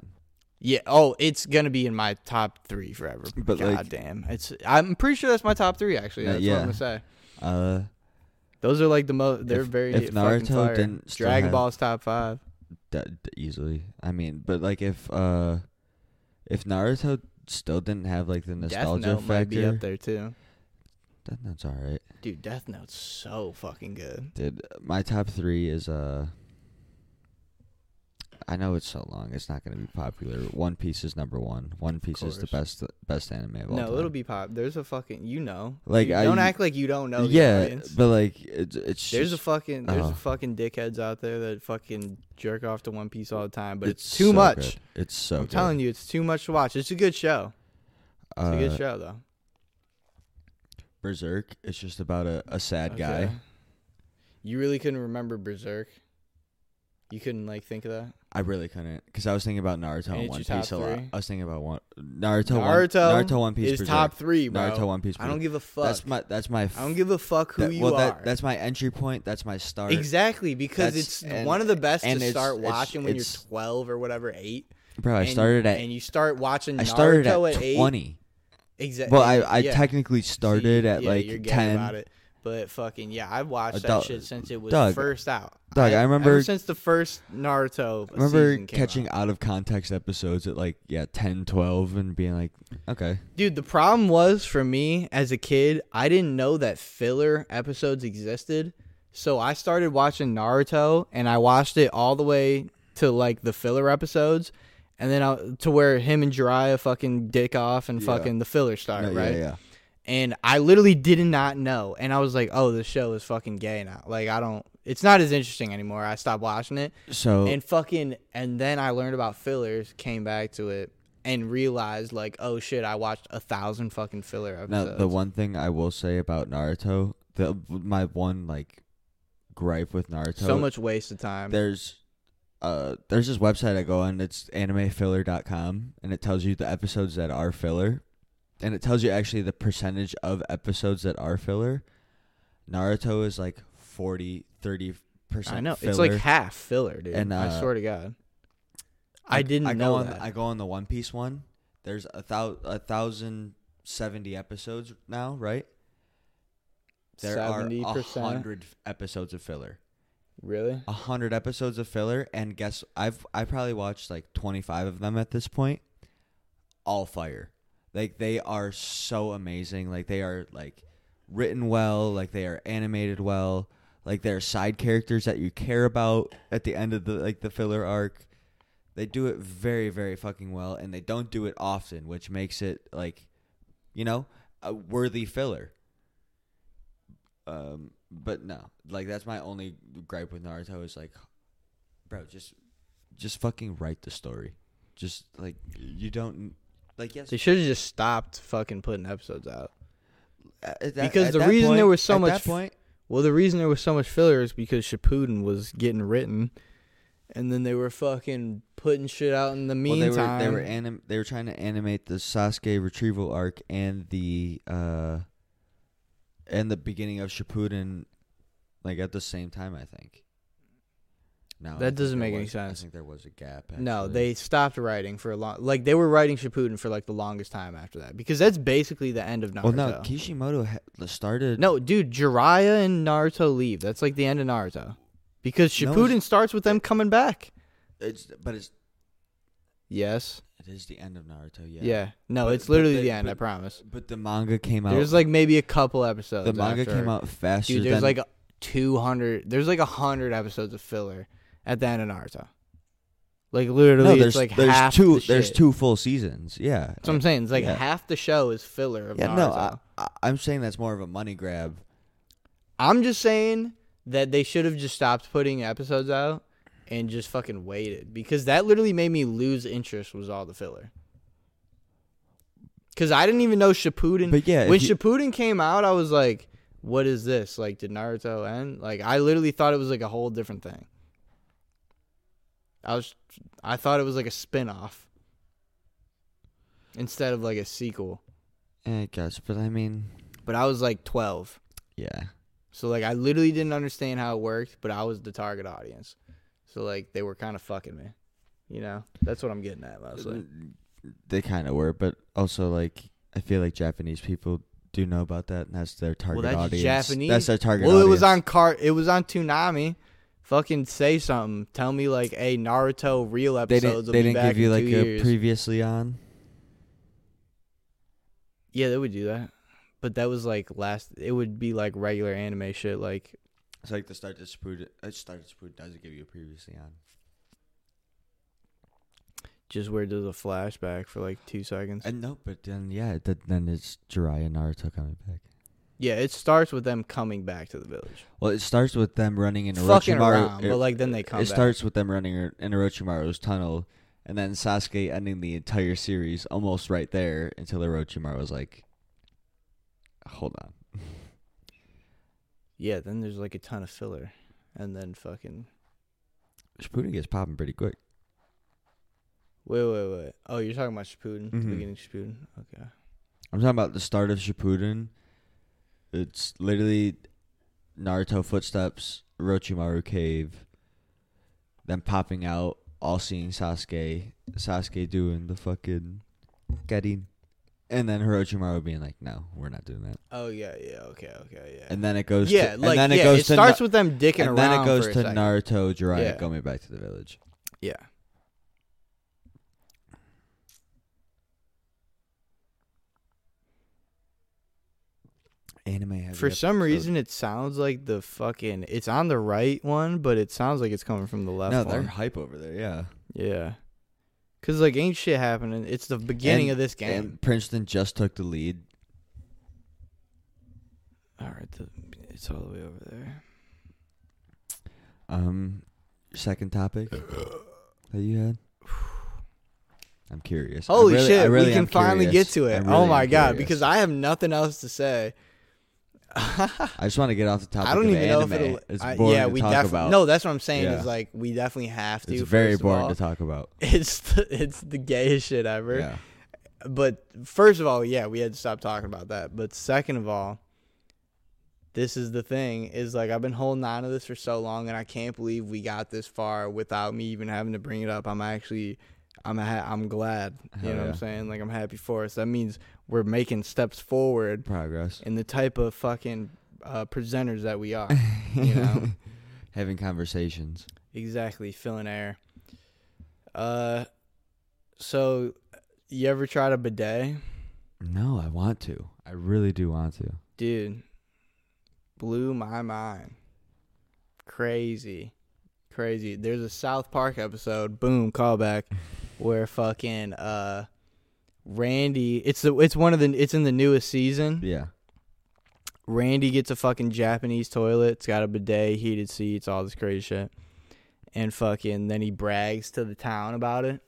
[SPEAKER 1] Yeah. Oh, it's gonna be in my top three forever.
[SPEAKER 2] But,
[SPEAKER 1] God
[SPEAKER 2] like-
[SPEAKER 1] damn, it's. I'm pretty sure that's my top three actually.
[SPEAKER 2] No,
[SPEAKER 1] That's what
[SPEAKER 2] yeah.
[SPEAKER 1] I'm gonna say.
[SPEAKER 2] Uh,
[SPEAKER 1] Those are like the most. They're
[SPEAKER 2] If-
[SPEAKER 1] very.
[SPEAKER 2] if
[SPEAKER 1] fucking
[SPEAKER 2] Naruto
[SPEAKER 1] fire.
[SPEAKER 2] didn't still
[SPEAKER 1] Dragon
[SPEAKER 2] have-
[SPEAKER 1] Ball's top five.
[SPEAKER 2] d- d- easily. I mean, but like if uh, if Naruto still didn't have like the nostalgia
[SPEAKER 1] Death Note
[SPEAKER 2] factor,
[SPEAKER 1] might be up there too.
[SPEAKER 2] then that's all right.
[SPEAKER 1] Dude, Death Note's so fucking good.
[SPEAKER 2] Dude, my top three is uh. I know it's so long; it's not going to be popular. One Piece is number one. One Piece is the best, best anime of all
[SPEAKER 1] No,
[SPEAKER 2] time.
[SPEAKER 1] it'll be pop. There's a fucking. You know.
[SPEAKER 2] Like,
[SPEAKER 1] Dude,
[SPEAKER 2] I-
[SPEAKER 1] don't act like you don't know. The
[SPEAKER 2] yeah,
[SPEAKER 1] audience.
[SPEAKER 2] but like it's it's
[SPEAKER 1] There's a
[SPEAKER 2] just,
[SPEAKER 1] fucking. There's
[SPEAKER 2] Oh.
[SPEAKER 1] a fucking dickheads out there that fucking jerk off to One Piece all the time, but it's,
[SPEAKER 2] it's
[SPEAKER 1] too
[SPEAKER 2] so
[SPEAKER 1] much.
[SPEAKER 2] good. It's so
[SPEAKER 1] I'm
[SPEAKER 2] good.
[SPEAKER 1] telling you, it's too much to watch. It's a good show. It's
[SPEAKER 2] uh,
[SPEAKER 1] a good show though.
[SPEAKER 2] Berserk. It's just about a, a sad guy.
[SPEAKER 1] Okay. You really couldn't remember Berserk. You couldn't like think of that.
[SPEAKER 2] I really couldn't because I was thinking about Naruto
[SPEAKER 1] And
[SPEAKER 2] and
[SPEAKER 1] it's
[SPEAKER 2] One
[SPEAKER 1] your top
[SPEAKER 2] Piece a lot.
[SPEAKER 1] three?
[SPEAKER 2] I was thinking about one Naruto.
[SPEAKER 1] Naruto
[SPEAKER 2] one, Naruto One Piece.
[SPEAKER 1] It's
[SPEAKER 2] Berserk.
[SPEAKER 1] top three, bro.
[SPEAKER 2] Naruto One Piece.
[SPEAKER 1] I don't
[SPEAKER 2] Berserk.
[SPEAKER 1] give a fuck.
[SPEAKER 2] That's my. That's my.
[SPEAKER 1] I don't give a fuck who
[SPEAKER 2] that,
[SPEAKER 1] you
[SPEAKER 2] well,
[SPEAKER 1] are.
[SPEAKER 2] that that's my entry point. That's my start.
[SPEAKER 1] exactly because
[SPEAKER 2] that's-
[SPEAKER 1] it's
[SPEAKER 2] and-
[SPEAKER 1] one of the best
[SPEAKER 2] and
[SPEAKER 1] to
[SPEAKER 2] it's-
[SPEAKER 1] start
[SPEAKER 2] it's-
[SPEAKER 1] watching when you're
[SPEAKER 2] it's-
[SPEAKER 1] 12 or whatever, eight.
[SPEAKER 2] Bro, I
[SPEAKER 1] and-
[SPEAKER 2] started at
[SPEAKER 1] and you start watching.
[SPEAKER 2] I started at,
[SPEAKER 1] Naruto eight.
[SPEAKER 2] twenty.
[SPEAKER 1] Exactly.
[SPEAKER 2] Well, I I
[SPEAKER 1] yeah.
[SPEAKER 2] technically started
[SPEAKER 1] See,
[SPEAKER 2] at
[SPEAKER 1] yeah,
[SPEAKER 2] like
[SPEAKER 1] you're gay
[SPEAKER 2] ten.
[SPEAKER 1] About it. But fucking yeah, I've watched
[SPEAKER 2] Doug-
[SPEAKER 1] that shit since it was
[SPEAKER 2] Doug,
[SPEAKER 1] first out.
[SPEAKER 2] Doug, I remember-
[SPEAKER 1] ever since the first Naruto.
[SPEAKER 2] I remember
[SPEAKER 1] season came out.
[SPEAKER 2] catching out. of context episodes at like yeah 10, 12 and being like, okay,
[SPEAKER 1] Dude, the problem was for me as a kid, I didn't know that filler episodes existed. So I started watching Naruto and I watched it all the way to like the filler episodes and then I, to where him and Jiraiya fucking dick off and
[SPEAKER 2] Yeah.
[SPEAKER 1] fucking the filler start,
[SPEAKER 2] no,
[SPEAKER 1] right?
[SPEAKER 2] yeah, yeah.
[SPEAKER 1] And I literally did not know. And I was like, oh, the show is fucking gay now. Like, I don't, it's not as interesting anymore. I stopped watching it
[SPEAKER 2] So
[SPEAKER 1] and fucking and then I learned about fillers, came back to it, and realized like, oh shit, I watched a thousand fucking filler
[SPEAKER 2] now
[SPEAKER 1] episodes.
[SPEAKER 2] the one thing I will say about Naruto, the my one like gripe with Naruto,
[SPEAKER 1] so much waste of time.
[SPEAKER 2] there's. Uh, there's this website I go on. It's animefiller.com, and it tells you the episodes that are filler, and it tells you actually the percentage of episodes that are filler. Naruto is like 40, 30 percent.
[SPEAKER 1] I know it's like half filler, dude.
[SPEAKER 2] And,
[SPEAKER 1] I
[SPEAKER 2] uh,
[SPEAKER 1] swear to God, I,
[SPEAKER 2] Like,
[SPEAKER 1] didn't
[SPEAKER 2] I go
[SPEAKER 1] know
[SPEAKER 2] on,
[SPEAKER 1] that.
[SPEAKER 2] I go on the One Piece one. There's a thou a thousand seventy episodes now, right? There are a
[SPEAKER 1] 70%?
[SPEAKER 2] hundred episodes of filler.
[SPEAKER 1] really?
[SPEAKER 2] A hundred episodes of filler, and guess I've I probably watched like twenty five of them at this point. all fire. Like they are so amazing. Like they are like written well, like they are animated well, like they're side characters that you care about at the end of the like the filler arc. They do it very very fucking well and they don't do it often, which makes it like you know, a worthy filler. Um but no, like that's my only gripe with Naruto is like bro, just just fucking write the story. Just like you don't like yes
[SPEAKER 1] They should have just stopped fucking putting episodes out.
[SPEAKER 2] at- at that-
[SPEAKER 1] Because
[SPEAKER 2] at
[SPEAKER 1] the
[SPEAKER 2] that
[SPEAKER 1] reason there
[SPEAKER 2] point-
[SPEAKER 1] was so
[SPEAKER 2] at
[SPEAKER 1] much
[SPEAKER 2] that
[SPEAKER 1] f-
[SPEAKER 2] point,
[SPEAKER 1] Well, the reason there was so much filler is because Shippuden was getting written, and then they were fucking putting shit out in the meantime.
[SPEAKER 2] Well, they were they were, anim- they were trying to animate the Sasuke retrieval arc and the uh and the beginning of Shippuden like at the same time. I think. No, I
[SPEAKER 1] That
[SPEAKER 2] think
[SPEAKER 1] doesn't
[SPEAKER 2] there
[SPEAKER 1] make any
[SPEAKER 2] was-
[SPEAKER 1] sense.
[SPEAKER 2] I think there was a gap.
[SPEAKER 1] no,
[SPEAKER 2] actually.
[SPEAKER 1] they stopped writing for a long. Like they were writing Shippuden for like the longest time after that, because that's basically the end of Naruto.
[SPEAKER 2] Well, no, Kishimoto ha- started.
[SPEAKER 1] No, dude, Jiraiya and Naruto leave. That's like the end of Naruto, because
[SPEAKER 2] No,
[SPEAKER 1] Shippuden
[SPEAKER 2] it's-
[SPEAKER 1] starts with them coming back.
[SPEAKER 2] it's but it's
[SPEAKER 1] Yes.
[SPEAKER 2] it is the end of Naruto. Yeah.
[SPEAKER 1] Yeah. No,
[SPEAKER 2] But-
[SPEAKER 1] it's literally
[SPEAKER 2] but they-
[SPEAKER 1] the end. I
[SPEAKER 2] but-
[SPEAKER 1] promise.
[SPEAKER 2] But the manga came out.
[SPEAKER 1] There's like maybe a couple episodes.
[SPEAKER 2] the manga
[SPEAKER 1] after.
[SPEAKER 2] came out faster.
[SPEAKER 1] Dude, there's
[SPEAKER 2] than,
[SPEAKER 1] like 200. There's like 100 episodes of filler at the end of Naruto. Like literally,
[SPEAKER 2] no.
[SPEAKER 1] it's
[SPEAKER 2] There's
[SPEAKER 1] like
[SPEAKER 2] there's
[SPEAKER 1] half
[SPEAKER 2] two
[SPEAKER 1] the
[SPEAKER 2] there's
[SPEAKER 1] shit.
[SPEAKER 2] two full seasons. Yeah.
[SPEAKER 1] That's what I'm saying. It's like
[SPEAKER 2] Yeah.
[SPEAKER 1] half the show is filler of
[SPEAKER 2] yeah.
[SPEAKER 1] Naruto.
[SPEAKER 2] No, I, I, I'm saying that's more of a money grab.
[SPEAKER 1] I'm just saying that they should have just stopped putting episodes out and just fucking waited because that literally made me lose interest was all the filler. Cuz I didn't even know Shippuden
[SPEAKER 2] But yeah, if
[SPEAKER 1] when
[SPEAKER 2] you-
[SPEAKER 1] Shippuden came out I was like what is this? Like did Naruto end? Like I literally thought it was like a whole different thing. I was I thought it was like a spin-off instead of like a sequel.
[SPEAKER 2] I guess, Eh, but I mean,
[SPEAKER 1] But I was like 12.
[SPEAKER 2] yeah.
[SPEAKER 1] So like I literally didn't understand how it worked, but I was the target audience. So like they were kind of fucking me. You know? That's what I'm getting at mostly.
[SPEAKER 2] They kind of were, but also like I feel like Japanese people do know about that, and that's their target
[SPEAKER 1] that's
[SPEAKER 2] audience.
[SPEAKER 1] Japanese.
[SPEAKER 2] That's their target.
[SPEAKER 1] Well, it was on
[SPEAKER 2] audience.
[SPEAKER 1] car it was on Toonami. Fucking say something. Tell me like a Naruto real
[SPEAKER 2] They
[SPEAKER 1] episodes
[SPEAKER 2] didn't.
[SPEAKER 1] will
[SPEAKER 2] They
[SPEAKER 1] be
[SPEAKER 2] didn't
[SPEAKER 1] back
[SPEAKER 2] give
[SPEAKER 1] in
[SPEAKER 2] you like a
[SPEAKER 1] two years.
[SPEAKER 2] previously on.
[SPEAKER 1] yeah, they would do that. But that was like last it would be like regular anime shit like
[SPEAKER 2] It's like the start to Spood. It started Spood doesn't give you a previously on.
[SPEAKER 1] just where it does a flashback for like 2 seconds.
[SPEAKER 2] And no, but then yeah, th- then it's Jiraiya and Naruto coming back.
[SPEAKER 1] yeah, it starts with them coming back to the village.
[SPEAKER 2] Well, it starts with them running in Orochimaru. er,
[SPEAKER 1] Fucking around,
[SPEAKER 2] it-
[SPEAKER 1] but like then they come
[SPEAKER 2] it
[SPEAKER 1] back.
[SPEAKER 2] starts with them running in Orochimaru's tunnel, and then Sasuke ending the entire series almost right there until Orochimaru was like, "Hold on."
[SPEAKER 1] Yeah, then there's like a ton of filler. And then fucking
[SPEAKER 2] Shippuden gets popping pretty quick.
[SPEAKER 1] wait, wait, wait. Oh, you're talking about Shippuden,
[SPEAKER 2] Mhm.
[SPEAKER 1] the beginning of Shippuden. Okay.
[SPEAKER 2] I'm talking about the start of Shippuden. It's literally Naruto footsteps, Orochimaru cave, then popping out, all seeing Sasuke, Sasuke doing the fucking getting, and then Orochimaru being like, "No, we're not doing that."
[SPEAKER 1] Oh yeah, yeah, okay, okay, yeah.
[SPEAKER 2] And then it goes.
[SPEAKER 1] yeah,
[SPEAKER 2] to,
[SPEAKER 1] like
[SPEAKER 2] and then
[SPEAKER 1] yeah,
[SPEAKER 2] it goes to Na-
[SPEAKER 1] starts with them dicking around.
[SPEAKER 2] and then it goes
[SPEAKER 1] for a
[SPEAKER 2] to
[SPEAKER 1] second.
[SPEAKER 2] Naruto, Jiraiya
[SPEAKER 1] Yeah.
[SPEAKER 2] going back to the village.
[SPEAKER 1] Yeah.
[SPEAKER 2] Anime heavy
[SPEAKER 1] For some
[SPEAKER 2] episode.
[SPEAKER 1] reason it sounds like the fucking it's on the right one, but it sounds like it's coming from the left
[SPEAKER 2] no, they're
[SPEAKER 1] one.
[SPEAKER 2] hype over there. Yeah,
[SPEAKER 1] Yeah. Cause like ain't shit happening. It's the beginning
[SPEAKER 2] And-
[SPEAKER 1] of this game.
[SPEAKER 2] and Princeton just took the lead.
[SPEAKER 1] all right, the, it's all the way over there.
[SPEAKER 2] Um, second
[SPEAKER 1] [sighs]
[SPEAKER 2] topic that you had. [sighs] I'm curious. I
[SPEAKER 1] Holy
[SPEAKER 2] really- I
[SPEAKER 1] shit,
[SPEAKER 2] really
[SPEAKER 1] we can
[SPEAKER 2] am
[SPEAKER 1] finally get
[SPEAKER 2] curious.
[SPEAKER 1] to
[SPEAKER 2] I
[SPEAKER 1] it.
[SPEAKER 2] really
[SPEAKER 1] oh my
[SPEAKER 2] am
[SPEAKER 1] god,
[SPEAKER 2] curious.
[SPEAKER 1] because I have nothing else to say.
[SPEAKER 2] I just want to get off the topic.
[SPEAKER 1] I don't
[SPEAKER 2] of
[SPEAKER 1] even know
[SPEAKER 2] anime.
[SPEAKER 1] if it'll.
[SPEAKER 2] It's
[SPEAKER 1] I-
[SPEAKER 2] boring
[SPEAKER 1] yeah,
[SPEAKER 2] to
[SPEAKER 1] we
[SPEAKER 2] talk
[SPEAKER 1] definitely.
[SPEAKER 2] about.
[SPEAKER 1] No, that's what I'm saying.
[SPEAKER 2] Yeah.
[SPEAKER 1] Is like we definitely have to.
[SPEAKER 2] it's very
[SPEAKER 1] first of
[SPEAKER 2] boring
[SPEAKER 1] all. [laughs]
[SPEAKER 2] to talk about.
[SPEAKER 1] It's the, it's the gayest shit ever.
[SPEAKER 2] Yeah.
[SPEAKER 1] But first of all, yeah, we had to stop talking about that. But second of all, this is the thing. Is like I've been holding on to this for so long, and I can't believe we got this far without me even having to bring it up. I'm actually. I'm ha- I'm glad, you
[SPEAKER 2] Hell
[SPEAKER 1] know what
[SPEAKER 2] yeah.
[SPEAKER 1] I'm saying? Like I'm happy for us. That means we're making steps forward
[SPEAKER 2] Progress.
[SPEAKER 1] in the type of fucking uh, presenters that we are. [laughs] You know?
[SPEAKER 2] [laughs] Having conversations.
[SPEAKER 1] Exactly, filling air. Uh, so You ever tried a bidet?
[SPEAKER 2] No, I want to. I really do want to.
[SPEAKER 1] Dude, blew my mind. Crazy. Crazy. There's a South Park episode, boom, callback, where fucking uh Randy it's the it's one of the it's in the newest season.
[SPEAKER 2] Yeah.
[SPEAKER 1] Randy gets a fucking Japanese toilet. It's got a bidet, heated seats, all this crazy shit. And fucking then he brags to the town about it.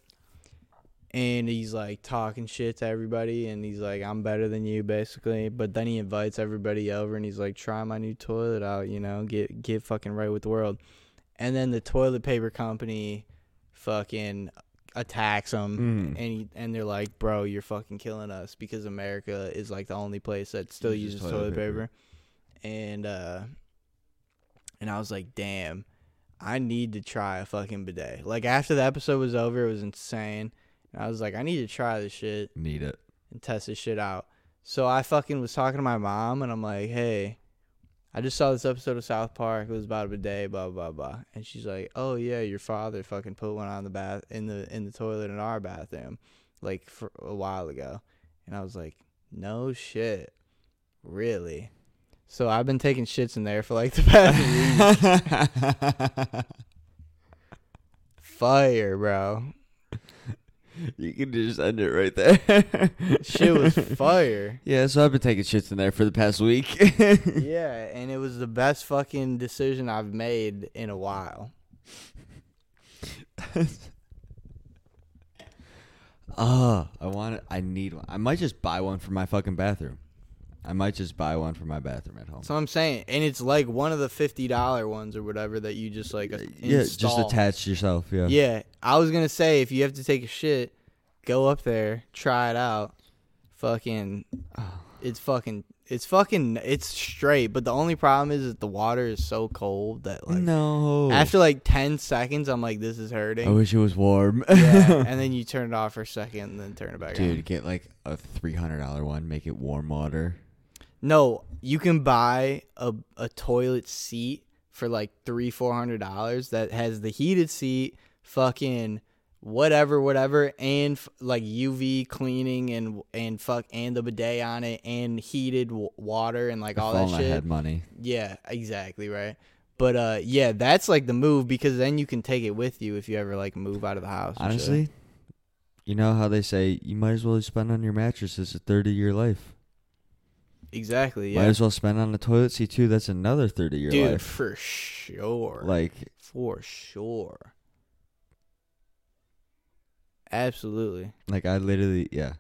[SPEAKER 1] And he's like talking shit to everybody and he's like, I'm better than you basically. But then he invites everybody over and he's like, Try my new toilet out, you know, get get fucking right with the world. And then the toilet paper company fucking attacks him
[SPEAKER 2] Mm.
[SPEAKER 1] and he, and they're like, "Bro, you're fucking killing us because America is like the only place that still
[SPEAKER 2] Uses
[SPEAKER 1] uses toilet paper." And uh and I was like, "Damn, I need to try a fucking bidet." Like after the episode was over, it was insane. And I was like, "I need to try this shit [laughs]
[SPEAKER 2] Need it.
[SPEAKER 1] and test this shit out." So I fucking was talking to my mom and I'm like, "Hey, I just saw this episode of South Park. It was about a bidet, blah blah blah." And she's like, "Oh yeah, your father fucking put one on the bath in the in the toilet in our bathroom, like for a while ago." And I was like, "No shit, really." So I've been taking shits in there for like the
[SPEAKER 2] [laughs]
[SPEAKER 1] past week. fire, bro.
[SPEAKER 2] you can just end it right there.
[SPEAKER 1] [laughs] Shit was
[SPEAKER 2] [laughs]
[SPEAKER 1] fire.
[SPEAKER 2] Yeah, so I've been taking shits in there for the past week. [laughs]
[SPEAKER 1] Yeah, and it was the best fucking decision I've made in a while.
[SPEAKER 2] Ah, I want it. I need one. I might just buy one for my fucking bathroom. I might just buy one for my bathroom at home.
[SPEAKER 1] That's what I'm saying. And it's like one of the fifty dollar ones or whatever that you just like
[SPEAKER 2] yeah,
[SPEAKER 1] install.
[SPEAKER 2] just attach yourself. Yeah.
[SPEAKER 1] Yeah, I was gonna say if you have to take a shit, go up there, try it out.
[SPEAKER 2] [sighs]
[SPEAKER 1] Fucking, it's fucking, it's fucking, it's straight. But the only problem is that the water is so cold that like
[SPEAKER 2] no.
[SPEAKER 1] after like ten seconds, I'm like, this is hurting.
[SPEAKER 2] I wish it was warm.
[SPEAKER 1] yeah, and then you turn it off for a second, and then turn it back on.
[SPEAKER 2] [laughs] Dude, get like a three hundred dollar one. Make it warm water.
[SPEAKER 1] No, you can buy a a toilet seat for like three four hundred dollars that has the heated seat, fucking whatever, whatever, and f- like UV cleaning and and fuck and the bidet on it and heated w- water and like all
[SPEAKER 2] Fall
[SPEAKER 1] that
[SPEAKER 2] on
[SPEAKER 1] shit.
[SPEAKER 2] head money.
[SPEAKER 1] Yeah, exactly right. But uh, yeah, that's like the move because then you can take it with you if you ever like move out of the house. and shit.
[SPEAKER 2] Honestly, you know how they say you might as well spend on your mattresses a third of your life.
[SPEAKER 1] exactly.
[SPEAKER 2] Might
[SPEAKER 1] Yeah,
[SPEAKER 2] as well spend on a toilet seat too. That's another third of your
[SPEAKER 1] dude,
[SPEAKER 2] life.
[SPEAKER 1] for sure.
[SPEAKER 2] Like
[SPEAKER 1] For sure. Absolutely.
[SPEAKER 2] Like I literally, yeah.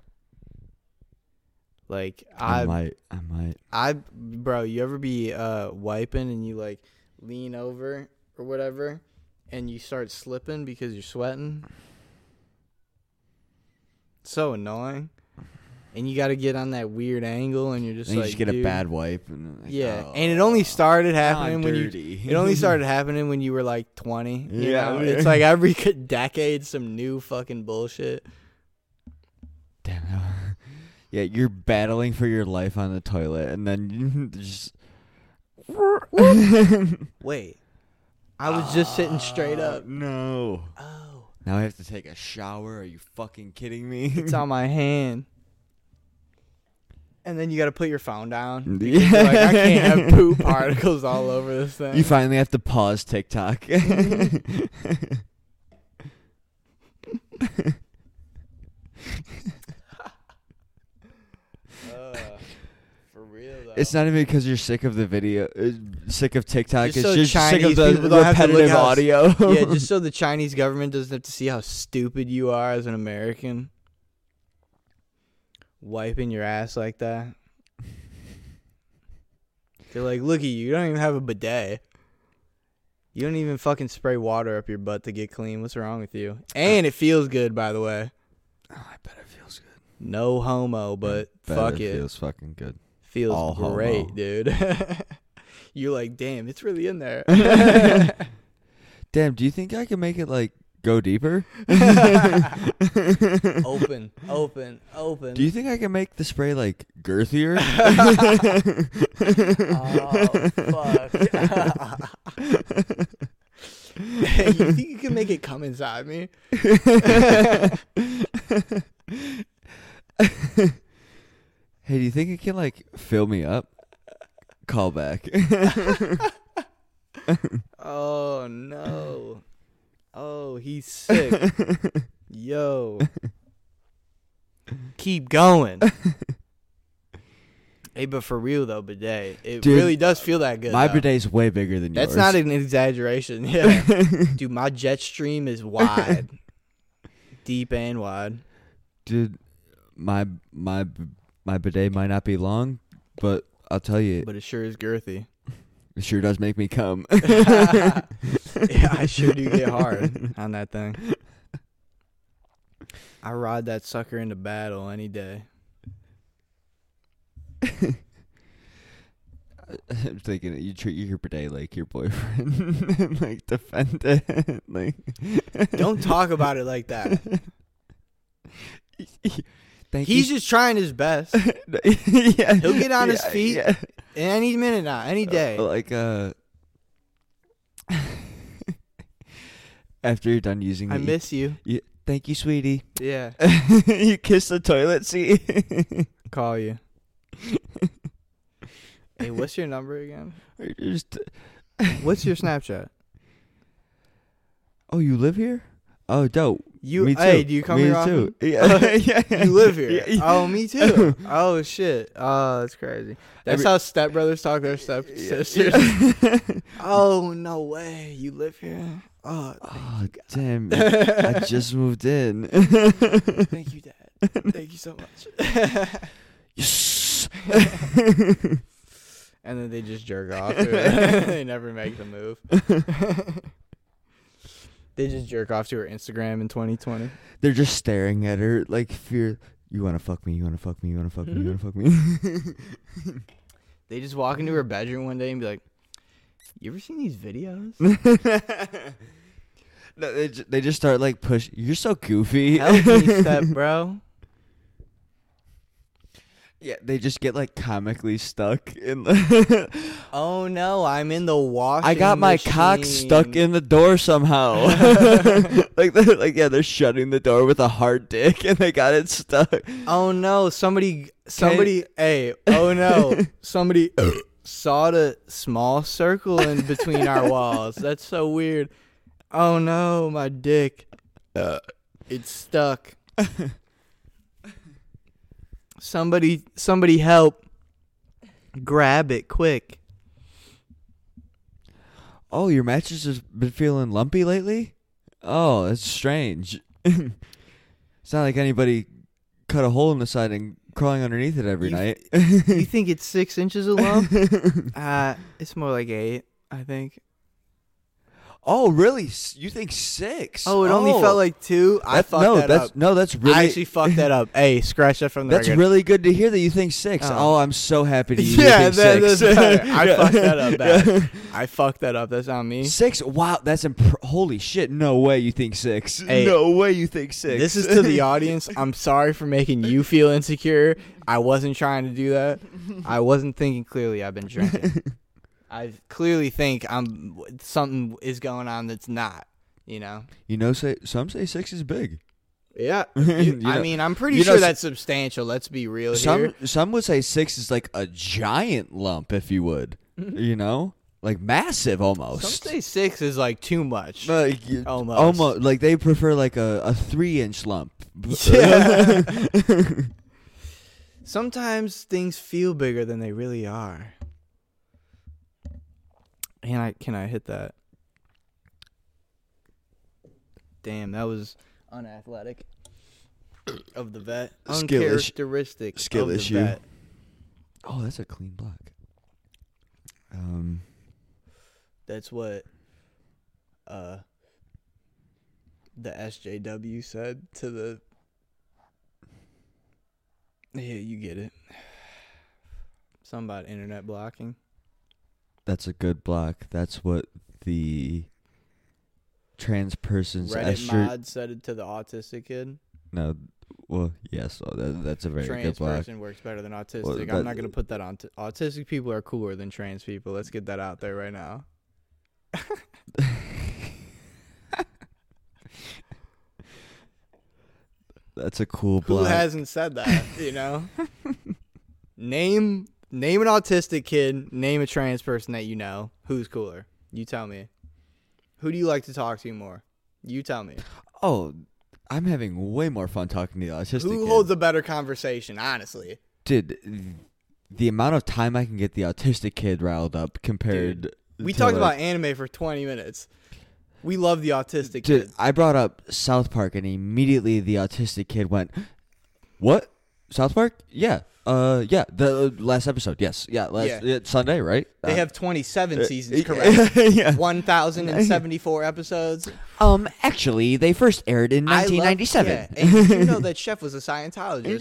[SPEAKER 1] Like
[SPEAKER 2] I,
[SPEAKER 1] I
[SPEAKER 2] might, I might.
[SPEAKER 1] I bro, you ever be uh wiping and you like lean over or whatever and you start slipping because you're sweating? So annoying. And you got to get on that weird angle and you're just
[SPEAKER 2] Then you
[SPEAKER 1] like
[SPEAKER 2] just get a
[SPEAKER 1] dude-
[SPEAKER 2] bad wipe, and like,
[SPEAKER 1] Yeah,
[SPEAKER 2] oh,
[SPEAKER 1] and it only started
[SPEAKER 2] now I'm
[SPEAKER 1] happening when you
[SPEAKER 2] dirty.
[SPEAKER 1] It
[SPEAKER 2] [laughs]
[SPEAKER 1] only started happening when you were like 20. You
[SPEAKER 2] Yeah,
[SPEAKER 1] know?
[SPEAKER 2] we-
[SPEAKER 1] It's like every [laughs] c- decade, some new fucking bullshit.
[SPEAKER 2] Damn. [laughs] that- Yeah, you're battling for your life on the toilet, and then you [laughs]
[SPEAKER 1] [laughs]
[SPEAKER 2] just.
[SPEAKER 1] Wait. I was just sitting straight up.
[SPEAKER 2] Ah, No.
[SPEAKER 1] Oh.
[SPEAKER 2] Now I have to take a shower. Are you fucking kidding me? [laughs]
[SPEAKER 1] It's on my hand. And then you got to put your phone down.
[SPEAKER 2] Yeah.
[SPEAKER 1] You're [laughs] like, I can't have poop [laughs] particles all over this thing.
[SPEAKER 2] Mm. You finally have to
[SPEAKER 1] [laughs]
[SPEAKER 2] pause TikTok.
[SPEAKER 1] Ugh. Uh, for real, though.
[SPEAKER 2] It's not even because you're sick of the video, uh, sick of TikTok.
[SPEAKER 1] Just
[SPEAKER 2] it's
[SPEAKER 1] so
[SPEAKER 2] just
[SPEAKER 1] Chinese
[SPEAKER 2] sick of
[SPEAKER 1] people
[SPEAKER 2] the
[SPEAKER 1] don't have to look
[SPEAKER 2] repetitive
[SPEAKER 1] how-
[SPEAKER 2] audio. [laughs]
[SPEAKER 1] yeah, just so the Chinese government doesn't have to see how stupid you are as an American. Wiping your ass like that. They're like, look at you. You don't even have a bidet. You don't even fucking spray water up your butt to get clean. What's wrong with you? And it feels good, by the way.
[SPEAKER 2] Oh, I bet it feels good.
[SPEAKER 1] No homo, but
[SPEAKER 2] Bet
[SPEAKER 1] fuck
[SPEAKER 2] it,
[SPEAKER 1] it.
[SPEAKER 2] feels fucking good.
[SPEAKER 1] Feels
[SPEAKER 2] all homo.
[SPEAKER 1] great, dude. [laughs] You're like, damn, it's really in
[SPEAKER 2] [laughs]
[SPEAKER 1] there. [laughs]
[SPEAKER 2] Damn, do you think I can make it like go deeper?
[SPEAKER 1] open, open, open.
[SPEAKER 2] Do you think I can make the spray like
[SPEAKER 1] [laughs]
[SPEAKER 2] girthier?
[SPEAKER 1] Oh fuck!
[SPEAKER 2] [laughs]
[SPEAKER 1] you think you can make it come inside me?
[SPEAKER 2] hey, do you think it can like fill me up? Call
[SPEAKER 1] [laughs]
[SPEAKER 2] back.
[SPEAKER 1] Oh no. Oh, he's sick. Yo. Keep
[SPEAKER 2] [laughs]
[SPEAKER 1] going. hey, but for real though, bidet. It
[SPEAKER 2] Dude,
[SPEAKER 1] really does feel that good.
[SPEAKER 2] My
[SPEAKER 1] though.
[SPEAKER 2] bidet's way bigger than
[SPEAKER 1] That's
[SPEAKER 2] yours.
[SPEAKER 1] not an exaggeration. [laughs] Yeah. Dude, my jet stream is wide. Deep and wide.
[SPEAKER 2] Dude, my my my bidet might not be long, but I'll tell you,
[SPEAKER 1] But it sure is girthy. [laughs]
[SPEAKER 2] it sure does make me come.
[SPEAKER 1] yeah, I sure do get hard on that thing. I ride that sucker into battle any day.
[SPEAKER 2] I'm thinking you treat your bidet like your boyfriend, [laughs] and like defend it. [laughs] like,
[SPEAKER 1] Don't talk about it like that.
[SPEAKER 2] thank
[SPEAKER 1] He's
[SPEAKER 2] you. [laughs]
[SPEAKER 1] just trying his best.
[SPEAKER 2] yeah,
[SPEAKER 1] He'll get on his
[SPEAKER 2] yeah,
[SPEAKER 1] feet
[SPEAKER 2] yeah.
[SPEAKER 1] Any minute now, any
[SPEAKER 2] Uh,
[SPEAKER 1] day.
[SPEAKER 2] Like uh, [laughs] after you're done using
[SPEAKER 1] I
[SPEAKER 2] it, you-
[SPEAKER 1] miss you.
[SPEAKER 2] you- thank you, sweetie. [laughs]
[SPEAKER 1] Yeah.
[SPEAKER 2] you kiss the toilet seat.
[SPEAKER 1] Call you. Hey, what's your number again?
[SPEAKER 2] [laughs] Or you're just
[SPEAKER 1] What's your Snapchat?
[SPEAKER 2] oh, you live here? Oh, dope.
[SPEAKER 1] You
[SPEAKER 2] me too.
[SPEAKER 1] hey, do you come
[SPEAKER 2] me
[SPEAKER 1] here [laughs] often?
[SPEAKER 2] too.
[SPEAKER 1] Oh,
[SPEAKER 2] Yeah. [laughs] yeah.
[SPEAKER 1] You live here.
[SPEAKER 2] Yeah.
[SPEAKER 1] Oh,
[SPEAKER 2] [laughs]
[SPEAKER 1] me too. Oh shit. Oh, that's crazy. That's
[SPEAKER 2] Every-
[SPEAKER 1] how stepbrothers talk to their stepsisters.
[SPEAKER 2] Yeah.
[SPEAKER 1] [laughs]
[SPEAKER 2] [laughs]
[SPEAKER 1] Oh no way! You live here? Oh,
[SPEAKER 2] Oh,
[SPEAKER 1] [laughs]
[SPEAKER 2] damn. I just moved in. [laughs]
[SPEAKER 1] thank you, Dad. Thank you so much. [laughs]
[SPEAKER 2] Yes.
[SPEAKER 1] and then they just jerk off. [laughs] to it. they never make the
[SPEAKER 2] [laughs]
[SPEAKER 1] move. they just jerk off to her Instagram in 2020.
[SPEAKER 2] They're just staring at her like fear. You want to fuck me? You want to fuck me? You want to fuck me? You
[SPEAKER 1] Mm-hmm.
[SPEAKER 2] want to fuck me? [laughs]
[SPEAKER 1] They just walk into her bedroom one day and be like, "You ever seen these videos?
[SPEAKER 2] no, they just, they just start like push. You're so goofy.
[SPEAKER 1] Help me, step bro."
[SPEAKER 2] [laughs] yeah, they just get like comically stuck in the. [laughs]
[SPEAKER 1] Oh no, I'm in the washing.
[SPEAKER 2] I got my cock stuck
[SPEAKER 1] machine.
[SPEAKER 2] in the door
[SPEAKER 1] [laughs]
[SPEAKER 2] somehow. [laughs] like, they're, like yeah, they're shutting the door with a hard dick, and they got it stuck.
[SPEAKER 1] Oh no, somebody somebody hey, oh
[SPEAKER 2] [laughs]
[SPEAKER 1] no. somebody sawed a small circle in between our walls. That's so weird. Oh no, my dick. it's
[SPEAKER 2] [laughs]
[SPEAKER 1] stuck. somebody somebody help. Grab it quick.
[SPEAKER 2] Oh, your mattress has been feeling lumpy lately? Oh, that's strange. [laughs] it's not like anybody cut a hole in the side and crawling underneath it every
[SPEAKER 1] You-
[SPEAKER 2] night. [laughs]
[SPEAKER 1] You think it's six inches a [laughs] lump? uh it's more like eight, I think.
[SPEAKER 2] oh, really? S- You think six?
[SPEAKER 1] Oh, it only felt like two. I
[SPEAKER 2] That-
[SPEAKER 1] fucked
[SPEAKER 2] no,
[SPEAKER 1] that
[SPEAKER 2] that's
[SPEAKER 1] up.
[SPEAKER 2] no, that's really
[SPEAKER 1] I actually fucked that up. Hey, scratch that from the
[SPEAKER 2] that's
[SPEAKER 1] record.
[SPEAKER 2] really good to hear that you think six.
[SPEAKER 1] Oh.
[SPEAKER 2] Oh, I'm so happy to hear
[SPEAKER 1] Yeah,
[SPEAKER 2] you think
[SPEAKER 1] that,
[SPEAKER 2] six.
[SPEAKER 1] that's better.
[SPEAKER 2] [laughs]
[SPEAKER 1] I
[SPEAKER 2] Yeah.
[SPEAKER 1] fucked that up. Bad. I fucked that up. That's on me.
[SPEAKER 2] [laughs] Six? Wow, that's imp- holy shit! No way you think six.
[SPEAKER 1] Hey,
[SPEAKER 2] no way you think six.
[SPEAKER 1] This is to [laughs]
[SPEAKER 2] [laughs]
[SPEAKER 1] the audience. I'm sorry for making you feel insecure. I wasn't trying to do that. I wasn't thinking clearly. I've been [laughs] drinking. I clearly think I'm something is going on that's not. You know.
[SPEAKER 2] you know, say some say six is big.
[SPEAKER 1] Yeah. [laughs]
[SPEAKER 2] You
[SPEAKER 1] I
[SPEAKER 2] know-
[SPEAKER 1] mean, I'm pretty
[SPEAKER 2] you know
[SPEAKER 1] sure
[SPEAKER 2] s-
[SPEAKER 1] that's substantial. Let's be real here.
[SPEAKER 2] Some some would say six is like a giant lump, if you would, you know, like massive almost.
[SPEAKER 1] Mm-hmm. Some say six is like too much.
[SPEAKER 2] [laughs] like
[SPEAKER 1] Almost.
[SPEAKER 2] almost like they prefer like a, a three inch
[SPEAKER 1] [laughs]
[SPEAKER 2] lump. [laughs]
[SPEAKER 1] Yeah. [laughs] Sometimes things feel bigger than they really are. And I can I hit that? Damn, that was
[SPEAKER 2] [coughs]
[SPEAKER 1] unathletic of the vet.
[SPEAKER 2] Skill ish-
[SPEAKER 1] Uncharacteristic
[SPEAKER 2] skill
[SPEAKER 1] of the
[SPEAKER 2] issue.
[SPEAKER 1] vet.
[SPEAKER 2] Oh, that's a clean block. Um,
[SPEAKER 1] That's what uh the SJW said to the Yeah, you get it. Something about internet blocking.
[SPEAKER 2] that's a good block. That's what the trans person's
[SPEAKER 1] Reddit
[SPEAKER 2] estro-
[SPEAKER 1] mod said it to the autistic kid.
[SPEAKER 2] No, well, yes, oh, that, that's a very
[SPEAKER 1] trans
[SPEAKER 2] good block.
[SPEAKER 1] person works better than autistic.
[SPEAKER 2] Well,
[SPEAKER 1] I'm
[SPEAKER 2] that-
[SPEAKER 1] not gonna put that on. T- autistic people are cooler than trans people. Let's get that out there right now.
[SPEAKER 2] That's a cool
[SPEAKER 1] Who
[SPEAKER 2] block.
[SPEAKER 1] hasn't said that? You
[SPEAKER 2] [laughs]
[SPEAKER 1] know, name name an autistic kid, name a trans person that you know. Who's cooler? You tell me. Who do you like to talk to more? You tell me.
[SPEAKER 2] oh, I'm having way more fun talking to the autistic.
[SPEAKER 1] Who
[SPEAKER 2] kid.
[SPEAKER 1] holds a better conversation? Honestly,
[SPEAKER 2] dude? th- The amount of time I can get the autistic kid riled up compared.
[SPEAKER 1] we
[SPEAKER 2] to,
[SPEAKER 1] talked
[SPEAKER 2] like-
[SPEAKER 1] about anime for twenty minutes. We love the autistic
[SPEAKER 2] Dude,
[SPEAKER 1] kid.
[SPEAKER 2] I brought up South Park, and immediately the autistic kid went, "What? South Park? Yeah, uh, yeah. The uh, last episode, yes, yeah, last
[SPEAKER 1] Yeah.
[SPEAKER 2] yeah, Sunday, right?
[SPEAKER 1] They
[SPEAKER 2] Uh,
[SPEAKER 1] have twenty-seven
[SPEAKER 2] uh,
[SPEAKER 1] seasons,
[SPEAKER 2] [laughs] yeah,
[SPEAKER 1] correct?
[SPEAKER 2] [laughs] yeah.
[SPEAKER 1] One thousand and seventy-four episodes.
[SPEAKER 2] Um, actually, they first aired in
[SPEAKER 1] I love-
[SPEAKER 2] 1997.
[SPEAKER 1] yeah, And did you
[SPEAKER 2] [laughs]
[SPEAKER 1] know that Chef was a Scientologist?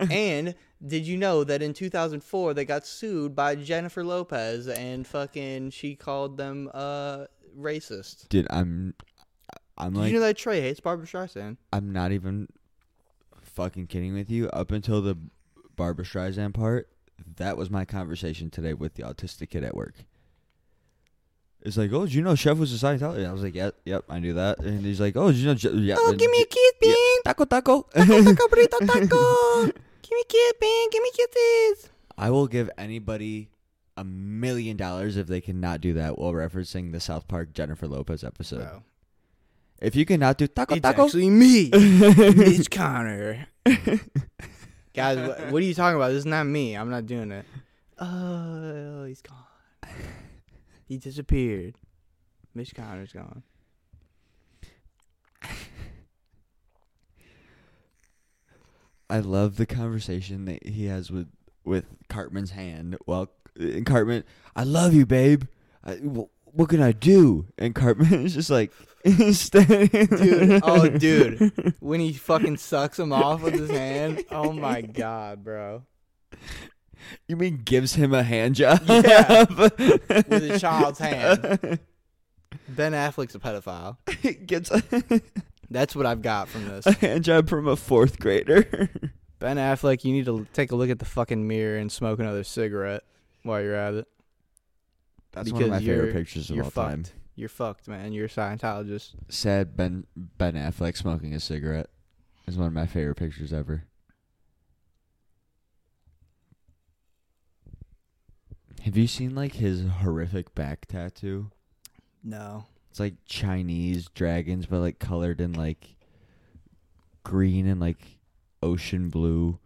[SPEAKER 2] Yeah. [laughs]
[SPEAKER 1] And did you know that in 2004 they got sued by Jennifer Lopez and fucking she called them uh racist?
[SPEAKER 2] Dude, I'm, I'm
[SPEAKER 1] Did
[SPEAKER 2] like,
[SPEAKER 1] you know that Trey hates Barbara Streisand?
[SPEAKER 2] I'm not even fucking kidding with you. Up until the Barbara Streisand part, that was my conversation today with the autistic kid at work. It's like, oh, did you know Chef was a Scientologist? And I was like, yep, yep, I knew that. And he's like, oh, did you know? Je- yeah, and-
[SPEAKER 1] kiss,
[SPEAKER 2] yeah, [laughs] taco, taco,
[SPEAKER 1] taco burrito taco.
[SPEAKER 2] [laughs]
[SPEAKER 1] Give me kiss, bean. Give me kisses.
[SPEAKER 2] I will give anybody a million dollars if they cannot do that while referencing the South Park Jennifer Lopez episode.
[SPEAKER 1] Bro,
[SPEAKER 2] If you cannot do taco,
[SPEAKER 1] it's
[SPEAKER 2] taco,
[SPEAKER 1] actually me, Mitch Connor. [laughs] Guys, what, what are you talking about? This is not me. I'm not doing it. Oh, he's gone. [sighs] He disappeared. Mitch Connor's gone.
[SPEAKER 2] I love the conversation that he has with with Cartman's hand. Well, and Cartman, I love you, babe. I, wh- what can I do? And Cartman [laughs] is just like,
[SPEAKER 1] Dude,
[SPEAKER 2] dude.
[SPEAKER 1] oh, dude. When he fucking sucks him off with his [laughs] hand. Oh my god, bro.
[SPEAKER 2] [laughs] You mean gives him a hand job? [laughs]
[SPEAKER 1] Yeah. With a child's hand. Ben Affleck's a pedophile.
[SPEAKER 2] Gets a,
[SPEAKER 1] That's what I've got from this.
[SPEAKER 2] a hand job from a fourth grader.
[SPEAKER 1] Ben Affleck, you need to l- take a look at the fucking mirror and smoke another cigarette while you're at it.
[SPEAKER 2] That's one of my
[SPEAKER 1] Because you're-
[SPEAKER 2] favorite pictures of
[SPEAKER 1] you're
[SPEAKER 2] all
[SPEAKER 1] fucked.
[SPEAKER 2] time.
[SPEAKER 1] You're fucked, man. You're a Scientologist.
[SPEAKER 2] Sad Ben Ben Affleck smoking a cigarette is one of my favorite pictures ever. Have you seen like his horrific back tattoo?
[SPEAKER 1] No.
[SPEAKER 2] It's like Chinese dragons, but like colored in like green and like ocean blue.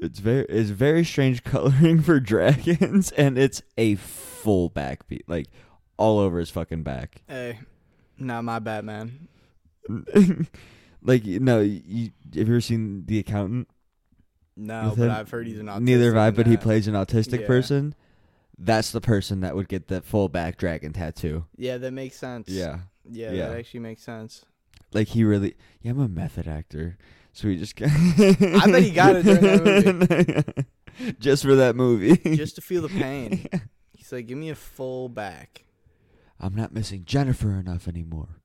[SPEAKER 2] It's very it's very strange [laughs] coloring for dragons, and it's a full back beat, like all over his fucking back.
[SPEAKER 1] Hey, not my Batman.
[SPEAKER 2] [laughs] like you know, you, have you ever seen The Accountant?
[SPEAKER 1] No,
[SPEAKER 2] with
[SPEAKER 1] but
[SPEAKER 2] him?
[SPEAKER 1] I've heard he's an autistic.
[SPEAKER 2] Neither have I,
[SPEAKER 1] and
[SPEAKER 2] but he
[SPEAKER 1] that.
[SPEAKER 2] plays an autistic
[SPEAKER 1] Yeah.
[SPEAKER 2] person. That's the person that would get the full back dragon tattoo.
[SPEAKER 1] Yeah, that makes sense.
[SPEAKER 2] Yeah,
[SPEAKER 1] Yeah,
[SPEAKER 2] Yeah.
[SPEAKER 1] that actually makes sense.
[SPEAKER 2] [laughs] like he really. Yeah, I'm a method actor, so he just. I
[SPEAKER 1] bet he got it during that
[SPEAKER 2] movie. [laughs] just for that movie.
[SPEAKER 1] Just to feel the pain. He's like, give me a full back.
[SPEAKER 2] [laughs] I'm not missing Jennifer enough anymore.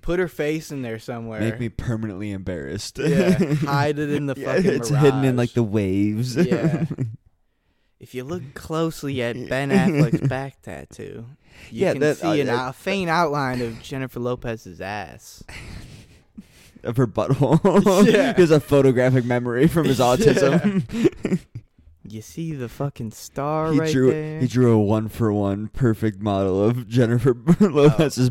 [SPEAKER 1] Put her face in there somewhere.
[SPEAKER 2] Make me permanently
[SPEAKER 1] [laughs]
[SPEAKER 2] embarrassed. [laughs]
[SPEAKER 1] yeah, hide it in the
[SPEAKER 2] Yeah,
[SPEAKER 1] fucking.
[SPEAKER 2] it's hidden in like the
[SPEAKER 1] mirage.
[SPEAKER 2] waves. [laughs]
[SPEAKER 1] Yeah. If you look closely at Ben Affleck's back tattoo, you
[SPEAKER 2] Yeah,
[SPEAKER 1] can
[SPEAKER 2] that-
[SPEAKER 1] see
[SPEAKER 2] uh,
[SPEAKER 1] an,
[SPEAKER 2] uh,
[SPEAKER 1] a faint outline of Jennifer Lopez's ass.
[SPEAKER 2] of her butthole.
[SPEAKER 1] [laughs]
[SPEAKER 2] [laughs]
[SPEAKER 1] Yeah.
[SPEAKER 2] he has a photographic memory from
[SPEAKER 1] [laughs]
[SPEAKER 2] his autism.
[SPEAKER 1] You see the fucking star
[SPEAKER 2] [laughs] he
[SPEAKER 1] right
[SPEAKER 2] drew
[SPEAKER 1] there.
[SPEAKER 2] he drew a one for one perfect model of Jennifer [laughs] Lopez's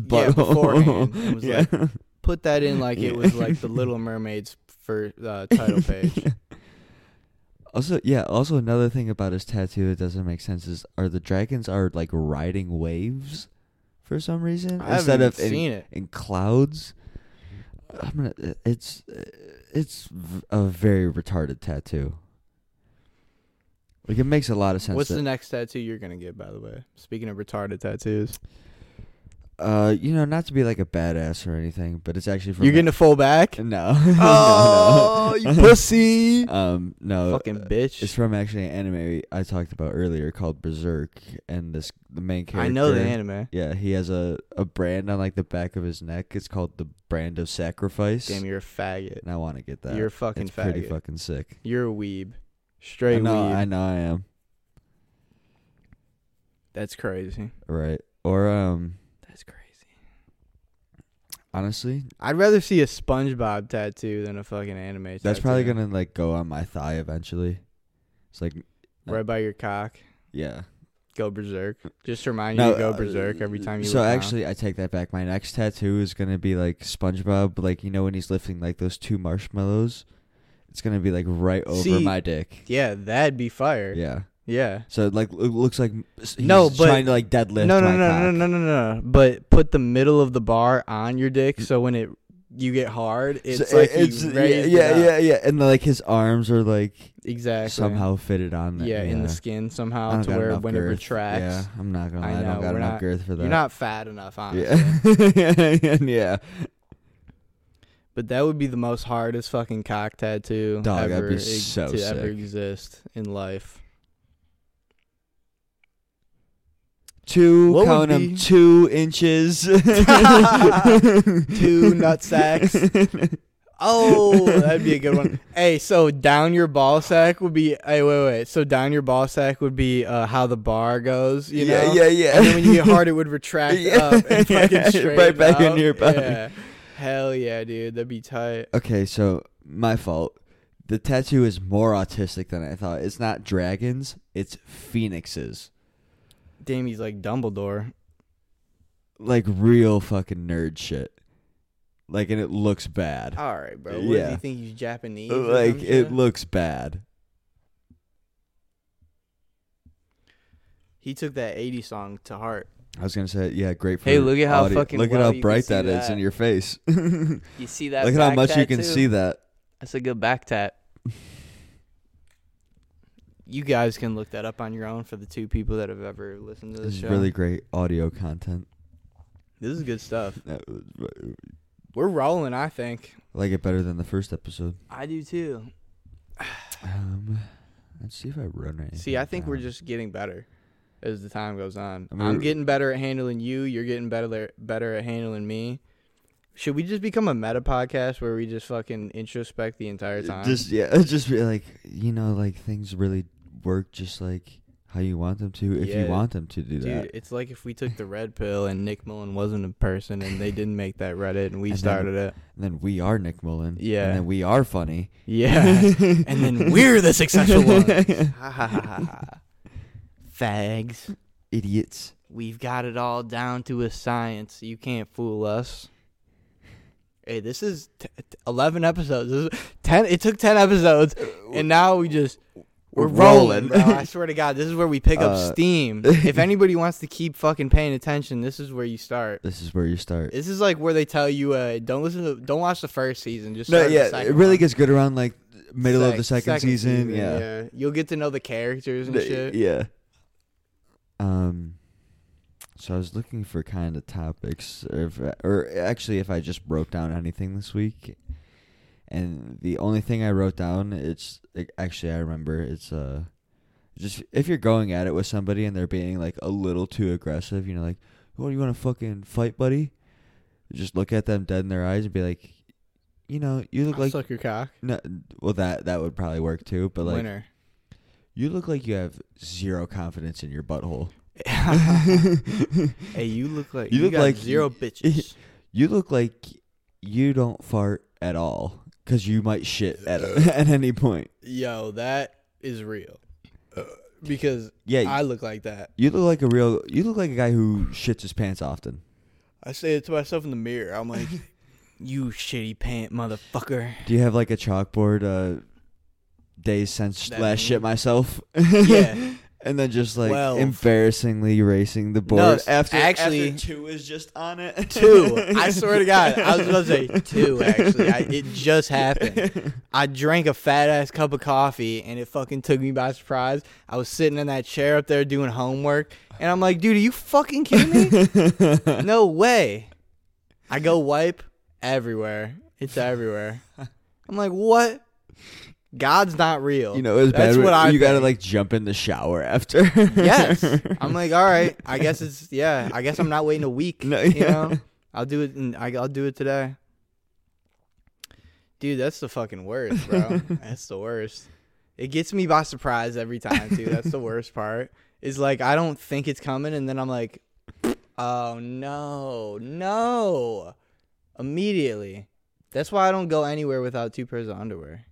[SPEAKER 1] Uh, Oh, yeah,
[SPEAKER 2] [laughs]
[SPEAKER 1] beforehand. It
[SPEAKER 2] butthole.
[SPEAKER 1] was like- Put that in like it was like the Little Mermaid's for
[SPEAKER 2] [laughs]
[SPEAKER 1] uh, title page.
[SPEAKER 2] Also, yeah. Also, another thing about his tattoo that doesn't make sense is: are the dragons are like riding waves for some reason
[SPEAKER 1] I
[SPEAKER 2] instead
[SPEAKER 1] haven't
[SPEAKER 2] of in,
[SPEAKER 1] seen it.
[SPEAKER 2] in clouds? I'm gonna. It's it's v- a very retarded tattoo. Like it makes a lot of sense.
[SPEAKER 1] What's
[SPEAKER 2] that-
[SPEAKER 1] the next tattoo you're gonna get? By the way, speaking of retarded tattoos,
[SPEAKER 2] Uh, you know, not to be like a badass or anything, but it's actually from
[SPEAKER 1] you're getting a full back.
[SPEAKER 2] [laughs] no,
[SPEAKER 1] Oh,
[SPEAKER 2] no, [laughs]
[SPEAKER 1] you
[SPEAKER 2] no.
[SPEAKER 1] pussy!
[SPEAKER 2] Um, no,
[SPEAKER 1] Fucking
[SPEAKER 2] uh,
[SPEAKER 1] bitch.
[SPEAKER 2] It's from actually an anime I talked about earlier called Berserk, and this the main character.
[SPEAKER 1] I know the anime.
[SPEAKER 2] Yeah, he has a a brand on like the back of his neck. It's called the brand of sacrifice.
[SPEAKER 1] Damn, you're a faggot.
[SPEAKER 2] and I want to get that.
[SPEAKER 1] You're a fucking
[SPEAKER 2] it's pretty
[SPEAKER 1] faggot.
[SPEAKER 2] fucking sick.
[SPEAKER 1] You're a weeb.
[SPEAKER 2] I
[SPEAKER 1] Straight
[SPEAKER 2] know,
[SPEAKER 1] weeb.
[SPEAKER 2] I know, I am
[SPEAKER 1] That's crazy.
[SPEAKER 2] right. Or um,
[SPEAKER 1] That's crazy.
[SPEAKER 2] Honestly,
[SPEAKER 1] I'd rather see a SpongeBob tattoo than a fucking anime.
[SPEAKER 2] that's
[SPEAKER 1] tattoo.
[SPEAKER 2] probably gonna like go on my thigh eventually. It's like,
[SPEAKER 1] right by your cock.
[SPEAKER 2] yeah.
[SPEAKER 1] Go berserk. Just remind you to go
[SPEAKER 2] uh,
[SPEAKER 1] berserk every time you.
[SPEAKER 2] So
[SPEAKER 1] look down.
[SPEAKER 2] actually, I take that back. My next tattoo is gonna be like SpongeBob, but, like you know when he's lifting like those two marshmallows, it's gonna be like right over
[SPEAKER 1] See-
[SPEAKER 2] my dick.
[SPEAKER 1] yeah, that'd be fire. Yeah.
[SPEAKER 2] Yeah. So like it looks like he's
[SPEAKER 1] No, but-
[SPEAKER 2] trying to like deadlift.
[SPEAKER 1] No, no,
[SPEAKER 2] my
[SPEAKER 1] no,
[SPEAKER 2] cock.
[SPEAKER 1] no, no, no, no, no. But put the middle of the bar on your dick, so when it you get hard, it's
[SPEAKER 2] So
[SPEAKER 1] like
[SPEAKER 2] it- it's-
[SPEAKER 1] you
[SPEAKER 2] yeah,
[SPEAKER 1] raised
[SPEAKER 2] yeah,
[SPEAKER 1] it up.
[SPEAKER 2] yeah, yeah, and like his arms are like
[SPEAKER 1] exactly.
[SPEAKER 2] somehow fitted on. there.
[SPEAKER 1] yeah, in the skin
[SPEAKER 2] I
[SPEAKER 1] somehow
[SPEAKER 2] don't
[SPEAKER 1] to
[SPEAKER 2] got
[SPEAKER 1] where
[SPEAKER 2] enough
[SPEAKER 1] when it
[SPEAKER 2] girth.
[SPEAKER 1] retracts,
[SPEAKER 2] Yeah, I'm not gonna.
[SPEAKER 1] I
[SPEAKER 2] lie, I,
[SPEAKER 1] know,
[SPEAKER 2] don't got
[SPEAKER 1] we're
[SPEAKER 2] enough
[SPEAKER 1] not-
[SPEAKER 2] girth for that.
[SPEAKER 1] you're not fat enough, honestly.
[SPEAKER 2] [laughs] yeah, yeah.
[SPEAKER 1] But that would be the most hardest fucking cock tattoo
[SPEAKER 2] Dog,
[SPEAKER 1] ever
[SPEAKER 2] that'd be
[SPEAKER 1] ex-
[SPEAKER 2] so
[SPEAKER 1] to ever
[SPEAKER 2] sick.
[SPEAKER 1] exist in life.
[SPEAKER 2] Two,
[SPEAKER 1] What would
[SPEAKER 2] count 'em,
[SPEAKER 1] be-
[SPEAKER 2] two inches. [laughs] two
[SPEAKER 1] nut
[SPEAKER 2] [laughs]
[SPEAKER 1] sacks. Oh, that'd be a good one. hey, so down your ball sack would be. Hey, wait, wait. So down your ball sack would be uh, how the bar goes. You
[SPEAKER 2] yeah,
[SPEAKER 1] know.
[SPEAKER 2] yeah, yeah.
[SPEAKER 1] And then when you get hard, it would retract
[SPEAKER 2] Yeah,
[SPEAKER 1] up and
[SPEAKER 2] [laughs] yeah,
[SPEAKER 1] fucking
[SPEAKER 2] right
[SPEAKER 1] straight
[SPEAKER 2] back
[SPEAKER 1] up.
[SPEAKER 2] into your body.
[SPEAKER 1] Yeah. Hell yeah, dude. That'd be tight.
[SPEAKER 2] [laughs] Okay, so my fault. The tattoo is more autistic than I thought. It's not dragons. It's phoenixes.
[SPEAKER 1] Damn, he's like Dumbledore.
[SPEAKER 2] Like real fucking nerd shit. Like, and it looks bad.
[SPEAKER 1] All right, bro. What do
[SPEAKER 2] Yeah.
[SPEAKER 1] you think he's Japanese? or
[SPEAKER 2] like,
[SPEAKER 1] some
[SPEAKER 2] it
[SPEAKER 1] shit?
[SPEAKER 2] looks bad.
[SPEAKER 1] He took that 80 song to heart.
[SPEAKER 2] I was gonna say, yeah, great. For
[SPEAKER 1] Hey, look at how
[SPEAKER 2] audi-
[SPEAKER 1] fucking
[SPEAKER 2] look
[SPEAKER 1] well
[SPEAKER 2] at
[SPEAKER 1] you
[SPEAKER 2] how
[SPEAKER 1] can
[SPEAKER 2] bright
[SPEAKER 1] see
[SPEAKER 2] that is
[SPEAKER 1] that.
[SPEAKER 2] in your face. [laughs]
[SPEAKER 1] You see that?
[SPEAKER 2] look at how
[SPEAKER 1] back
[SPEAKER 2] much you
[SPEAKER 1] tat,
[SPEAKER 2] can
[SPEAKER 1] too?
[SPEAKER 2] see that.
[SPEAKER 1] That's a good back tat. You guys can look that up on your own for the two people that have ever listened to
[SPEAKER 2] This
[SPEAKER 1] this
[SPEAKER 2] is
[SPEAKER 1] show.
[SPEAKER 2] really great audio content.
[SPEAKER 1] this is good stuff.
[SPEAKER 2] That was-
[SPEAKER 1] We're rolling, I think.
[SPEAKER 2] I like it better than the first episode.
[SPEAKER 1] I do too.
[SPEAKER 2] Um, let's see if I run right.
[SPEAKER 1] See, I think we're just getting better as the time goes on.
[SPEAKER 2] I
[SPEAKER 1] I
[SPEAKER 2] mean,
[SPEAKER 1] am
[SPEAKER 2] we-
[SPEAKER 1] getting better at handling you. You're getting better better at handling me. Should we just become a meta podcast where we just fucking introspect the entire time?
[SPEAKER 2] just yeah, [laughs] just be like you know, like things really work just like how you want them to. If
[SPEAKER 1] Yeah.
[SPEAKER 2] you want them to do
[SPEAKER 1] Dude,
[SPEAKER 2] that,
[SPEAKER 1] it's like if we took the red pill and Nick Mullen wasn't a person and they didn't make that Reddit and we
[SPEAKER 2] And then-
[SPEAKER 1] started
[SPEAKER 2] [laughs]
[SPEAKER 1] it.
[SPEAKER 2] and then we are Nick Mullen.
[SPEAKER 1] Yeah.
[SPEAKER 2] and then we are funny.
[SPEAKER 1] Yeah. and then we're the successful ones. [laughs] Ha, ha, ha, ha, ha. Fags.
[SPEAKER 2] idiots.
[SPEAKER 1] We've got it all down to a science. You can't fool us. Hey, this is t- t- 11 episodes. This is 10 it took 10 episodes and now we just we're rolling.
[SPEAKER 2] [laughs]
[SPEAKER 1] bro. I swear to God, this is where we pick up
[SPEAKER 2] Uh, [laughs]
[SPEAKER 1] steam. If anybody wants to keep fucking paying attention, this is where you start.
[SPEAKER 2] this is where you start.
[SPEAKER 1] This is like where they tell you, uh, don't listen to, don't watch the first season. Just
[SPEAKER 2] No,
[SPEAKER 1] start
[SPEAKER 2] yeah,
[SPEAKER 1] the
[SPEAKER 2] it
[SPEAKER 1] second
[SPEAKER 2] really
[SPEAKER 1] one.
[SPEAKER 2] gets good around like middle of
[SPEAKER 1] Sec-
[SPEAKER 2] the second, season. Yeah,
[SPEAKER 1] you'll get to know the characters and
[SPEAKER 2] The-
[SPEAKER 1] shit.
[SPEAKER 2] yeah. Um, so I was looking for kind of topics, or, if, or actually, if I just wrote down anything this week, and the only thing I wrote down, it's actually I remember it's uh, just if you're going at it with somebody and they're being like a little too aggressive, you know, like, oh, you want to fucking fight, buddy? Just look at them dead in their eyes and be like, you know, you look
[SPEAKER 1] I'll
[SPEAKER 2] like
[SPEAKER 1] suck your cock,
[SPEAKER 2] no, well that that would probably work too, but like
[SPEAKER 1] winner.
[SPEAKER 2] you look like you have zero confidence in your butthole. [laughs]
[SPEAKER 1] hey, you look like
[SPEAKER 2] You
[SPEAKER 1] you,
[SPEAKER 2] look
[SPEAKER 1] got
[SPEAKER 2] like-
[SPEAKER 1] zero bitches.
[SPEAKER 2] You look like you don't fart at all because you might shit at [laughs] at any point.
[SPEAKER 1] Yo, that is real. Uh, Because
[SPEAKER 2] Yeah,
[SPEAKER 1] I look like that.
[SPEAKER 2] you look like a real. You look like a guy who shits his pants often.
[SPEAKER 1] I say it to myself in the mirror. I'm like, [laughs] you shitty pant
[SPEAKER 2] [laughs]
[SPEAKER 1] motherfucker.
[SPEAKER 2] Do you have like a chalkboard? uh Days since
[SPEAKER 1] That
[SPEAKER 2] last
[SPEAKER 1] me?
[SPEAKER 2] shit myself.
[SPEAKER 1] Yeah.
[SPEAKER 2] and then just like
[SPEAKER 1] Well-
[SPEAKER 2] embarrassingly erasing the board
[SPEAKER 1] s-
[SPEAKER 2] after
[SPEAKER 1] actually-
[SPEAKER 2] after two is just on it. [laughs]
[SPEAKER 1] two. I swear to God, I was about to say two. Actually, I, it just happened. I drank a fat ass cup of coffee, and it fucking took me by surprise. I was sitting in that chair up there doing homework, and I'm like, dude, are you fucking
[SPEAKER 2] [laughs]
[SPEAKER 1] kidding me? [laughs] no way. I go wipe everywhere. It's
[SPEAKER 2] [laughs]
[SPEAKER 1] everywhere. I'm like, what? God's not real.
[SPEAKER 2] You know, it was
[SPEAKER 1] Oh, That's
[SPEAKER 2] bad. when
[SPEAKER 1] what I
[SPEAKER 2] you gotta
[SPEAKER 1] think.
[SPEAKER 2] like jump in the shower after. [laughs]
[SPEAKER 1] Yes. [laughs] I'm like, all right. I guess it's yeah. I guess I'm not waiting a week.
[SPEAKER 2] No,
[SPEAKER 1] You
[SPEAKER 2] yeah.
[SPEAKER 1] know, I'll do it. In, I, I'll do it today. Dude, that's the fucking worst, bro. that's the worst. It gets me by surprise every time, too. That's the worst part. Is like I don't think it's coming, and then I'm like, oh no, no. Immediately. That's why I don't go anywhere without two pairs of underwear.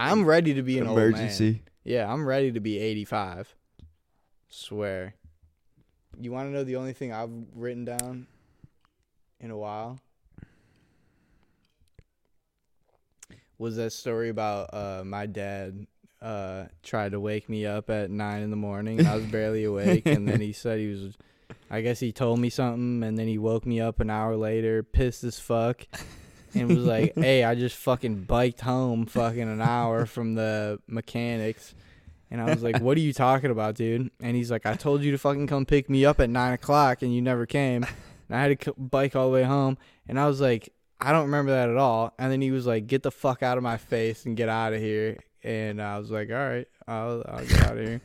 [SPEAKER 1] I'm ready to be an emergency.
[SPEAKER 2] Emergency.
[SPEAKER 1] Yeah, I'm ready to be 85. Swear. You want to know the only thing I've written down in a while? Was that story about uh, my dad uh, tried to wake me up at 9 in the morning. I was barely awake. And then he said he was, I guess he told me something. And then he woke me up an hour later, pissed as fuck. And was like, hey, I just fucking biked home fucking an hour from the mechanics. And I was like, what are you talking about, dude? And he's like, I told you to fucking come pick me up at 9 o'clock and you never came. And I had to c- bike all the way home. And I was like, I don't remember that at all. And then he was like, get the fuck out of my face and get out of here. And I was like, all right, I'll, I'll get out of here.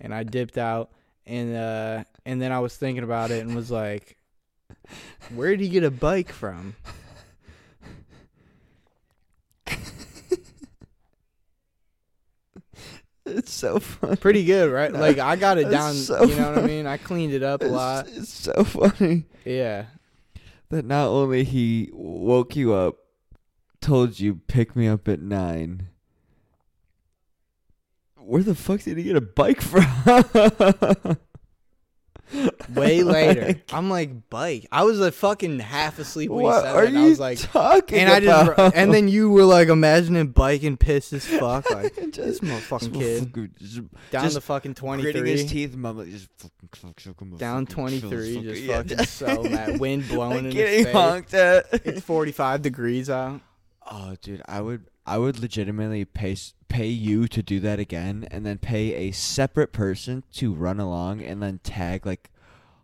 [SPEAKER 1] and I dipped out. And, uh, and then I was thinking about it and was like, where did he get a bike from?
[SPEAKER 2] [laughs] It's so funny.
[SPEAKER 1] Pretty good,
[SPEAKER 2] [laughs]
[SPEAKER 1] right? Like, I got it
[SPEAKER 2] That's
[SPEAKER 1] down.
[SPEAKER 2] so
[SPEAKER 1] you know what I
[SPEAKER 2] funny.
[SPEAKER 1] mean? I cleaned it up a
[SPEAKER 2] It's-
[SPEAKER 1] lot.
[SPEAKER 2] It's, so funny
[SPEAKER 1] Yeah.
[SPEAKER 2] that not only he woke you up, told you pick me up at nine. Where the fuck did he get a
[SPEAKER 1] [laughs]
[SPEAKER 2] bike from?
[SPEAKER 1] Way later.
[SPEAKER 2] Like,
[SPEAKER 1] I'm like, bike. I was like fucking half asleep when he
[SPEAKER 2] what
[SPEAKER 1] said
[SPEAKER 2] are
[SPEAKER 1] that. and
[SPEAKER 2] you
[SPEAKER 1] I was like,
[SPEAKER 2] talking
[SPEAKER 1] and I just,
[SPEAKER 2] about?
[SPEAKER 1] and
[SPEAKER 2] [laughs]
[SPEAKER 1] then you were like imagining biking pissed as fuck, like
[SPEAKER 2] [laughs]
[SPEAKER 1] this
[SPEAKER 2] Just-
[SPEAKER 1] motherfucking
[SPEAKER 2] Just
[SPEAKER 1] kid
[SPEAKER 2] fucking- [laughs] just
[SPEAKER 1] down
[SPEAKER 2] just
[SPEAKER 1] the fucking twenty
[SPEAKER 2] gritting his
[SPEAKER 1] three,
[SPEAKER 2] teeth, mama. Just fucking, fuck, fuck, fuck,
[SPEAKER 1] down
[SPEAKER 2] fucking
[SPEAKER 1] twenty three,
[SPEAKER 2] fuck,
[SPEAKER 1] just
[SPEAKER 2] yeah.
[SPEAKER 1] fucking
[SPEAKER 2] [laughs]
[SPEAKER 1] so mad, wind blowing in
[SPEAKER 2] Like
[SPEAKER 1] his
[SPEAKER 2] getting
[SPEAKER 1] face.
[SPEAKER 2] honked at.
[SPEAKER 1] It's forty five degrees out.
[SPEAKER 2] Oh, dude, I would, I would legitimately pay s- pay you to do that again, and then pay a separate person to run along and then tag like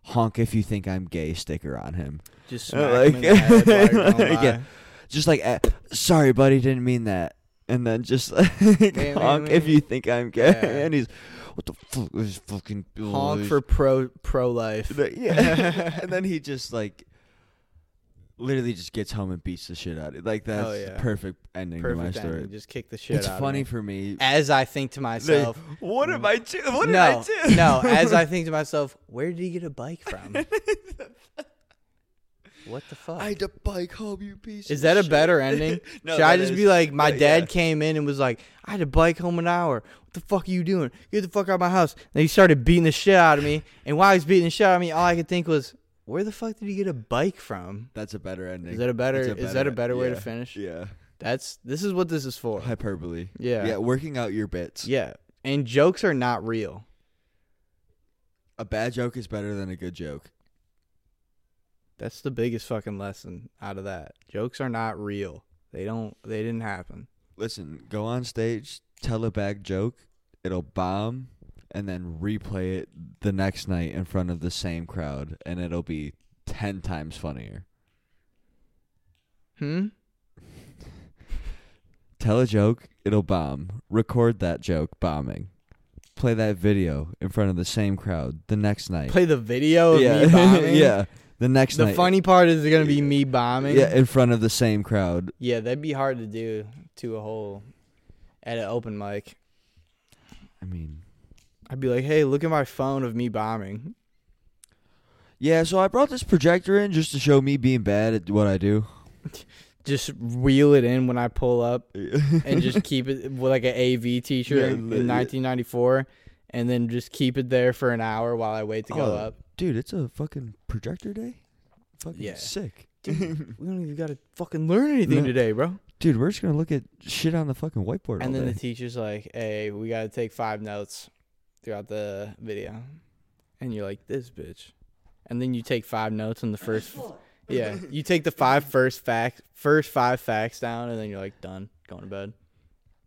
[SPEAKER 2] honk if you think I'm gay sticker on him.
[SPEAKER 1] Just
[SPEAKER 2] Uh,
[SPEAKER 1] smack him in the
[SPEAKER 2] [laughs] like-
[SPEAKER 1] head
[SPEAKER 2] [laughs]
[SPEAKER 1] while you're going
[SPEAKER 2] like, yeah.
[SPEAKER 1] by.
[SPEAKER 2] Just like, eh, sorry, buddy, didn't mean that. And then just [laughs] like,
[SPEAKER 1] man,
[SPEAKER 2] honk if
[SPEAKER 1] man.
[SPEAKER 2] you think I'm gay.
[SPEAKER 1] Yeah.
[SPEAKER 2] [laughs] And he's, what the fuck is fucking oh,
[SPEAKER 1] honk for pro pro life. [laughs]
[SPEAKER 2] The- yeah. and then he just like literally just gets home and beats the shit out of it. Like that's
[SPEAKER 1] yeah.
[SPEAKER 2] the perfect ending to my
[SPEAKER 1] Perfect
[SPEAKER 2] story.
[SPEAKER 1] ending. Just kick the shit
[SPEAKER 2] It's
[SPEAKER 1] out.
[SPEAKER 2] funny
[SPEAKER 1] of me.
[SPEAKER 2] for me.
[SPEAKER 1] as I think to myself.
[SPEAKER 2] Like, what am I do? What
[SPEAKER 1] [laughs]
[SPEAKER 2] did
[SPEAKER 1] no,
[SPEAKER 2] I do?
[SPEAKER 1] no. As
[SPEAKER 2] [laughs]
[SPEAKER 1] I think to myself, where did he get a bike from? what the fuck?
[SPEAKER 2] I had to bike home, you piece.
[SPEAKER 1] Is
[SPEAKER 2] of
[SPEAKER 1] that a
[SPEAKER 2] shit.
[SPEAKER 1] better ending?
[SPEAKER 2] [laughs] No,
[SPEAKER 1] Should I
[SPEAKER 2] that
[SPEAKER 1] just
[SPEAKER 2] is-
[SPEAKER 1] be like, my
[SPEAKER 2] that-
[SPEAKER 1] dad
[SPEAKER 2] yeah.
[SPEAKER 1] came in and was like, I had to bike home an hour. What the fuck are you doing? Get the fuck out of my house. And he started beating the shit out of me. And while he was beating the shit out of me, all I could think was, where the fuck did he get a bike from?
[SPEAKER 2] That's a better ending.
[SPEAKER 1] Is that a better?
[SPEAKER 2] It's
[SPEAKER 1] is that a better way to
[SPEAKER 2] yeah.
[SPEAKER 1] finish?
[SPEAKER 2] Yeah,
[SPEAKER 1] That's this is what this is for.
[SPEAKER 2] hyperbole.
[SPEAKER 1] Yeah.
[SPEAKER 2] yeah. Working out your bits.
[SPEAKER 1] Yeah, and jokes are not real.
[SPEAKER 2] A bad joke is better than a good joke.
[SPEAKER 1] That's the biggest fucking lesson out of that. Jokes are not real. They don't. They didn't happen.
[SPEAKER 2] Listen, go on stage, tell a bad joke, it'll bomb, and then replay it the next night in front of the same crowd, and it'll be ten times funnier.
[SPEAKER 1] Hmm.
[SPEAKER 2] Tell a joke, it'll bomb. Record that joke bombing. Play that video in front of the same crowd the next night.
[SPEAKER 1] Play the video of
[SPEAKER 2] yeah, [laughs]
[SPEAKER 1] me bombing.
[SPEAKER 2] yeah. The next
[SPEAKER 1] The
[SPEAKER 2] night,
[SPEAKER 1] funny part is gonna be me bombing.
[SPEAKER 2] yeah, in front of the same crowd.
[SPEAKER 1] Yeah, that'd be hard to do to a whole at an open mic.
[SPEAKER 2] I mean,
[SPEAKER 1] I'd be like, "Hey, look at my phone of me bombing."
[SPEAKER 2] yeah. So I brought this projector in just to show me being bad at what I [laughs] do.
[SPEAKER 1] Just reel it in when I pull up, and
[SPEAKER 2] [laughs] and
[SPEAKER 1] just keep it with like an AV teacher
[SPEAKER 2] Yeah,
[SPEAKER 1] in
[SPEAKER 2] li-
[SPEAKER 1] 1994, and then just keep it there for an hour while I wait to go
[SPEAKER 2] Oh.
[SPEAKER 1] up.
[SPEAKER 2] dude, it's a fucking projector day. Fucking
[SPEAKER 1] Yeah.
[SPEAKER 2] sick.
[SPEAKER 1] [laughs]
[SPEAKER 2] [laughs]
[SPEAKER 1] Dude, we don't even gotta fucking learn anything
[SPEAKER 2] No.
[SPEAKER 1] today, bro.
[SPEAKER 2] Dude, we're just gonna look at shit on the fucking whiteboard.
[SPEAKER 1] And
[SPEAKER 2] all
[SPEAKER 1] then the
[SPEAKER 2] day.
[SPEAKER 1] teacher's like, "Hey, we gotta take five notes throughout the video," and you're like, "This bitch," and then you take five notes on the first. [laughs] Yeah, you take the five first facts, first five facts down, and then you're like, "Done, going to bed."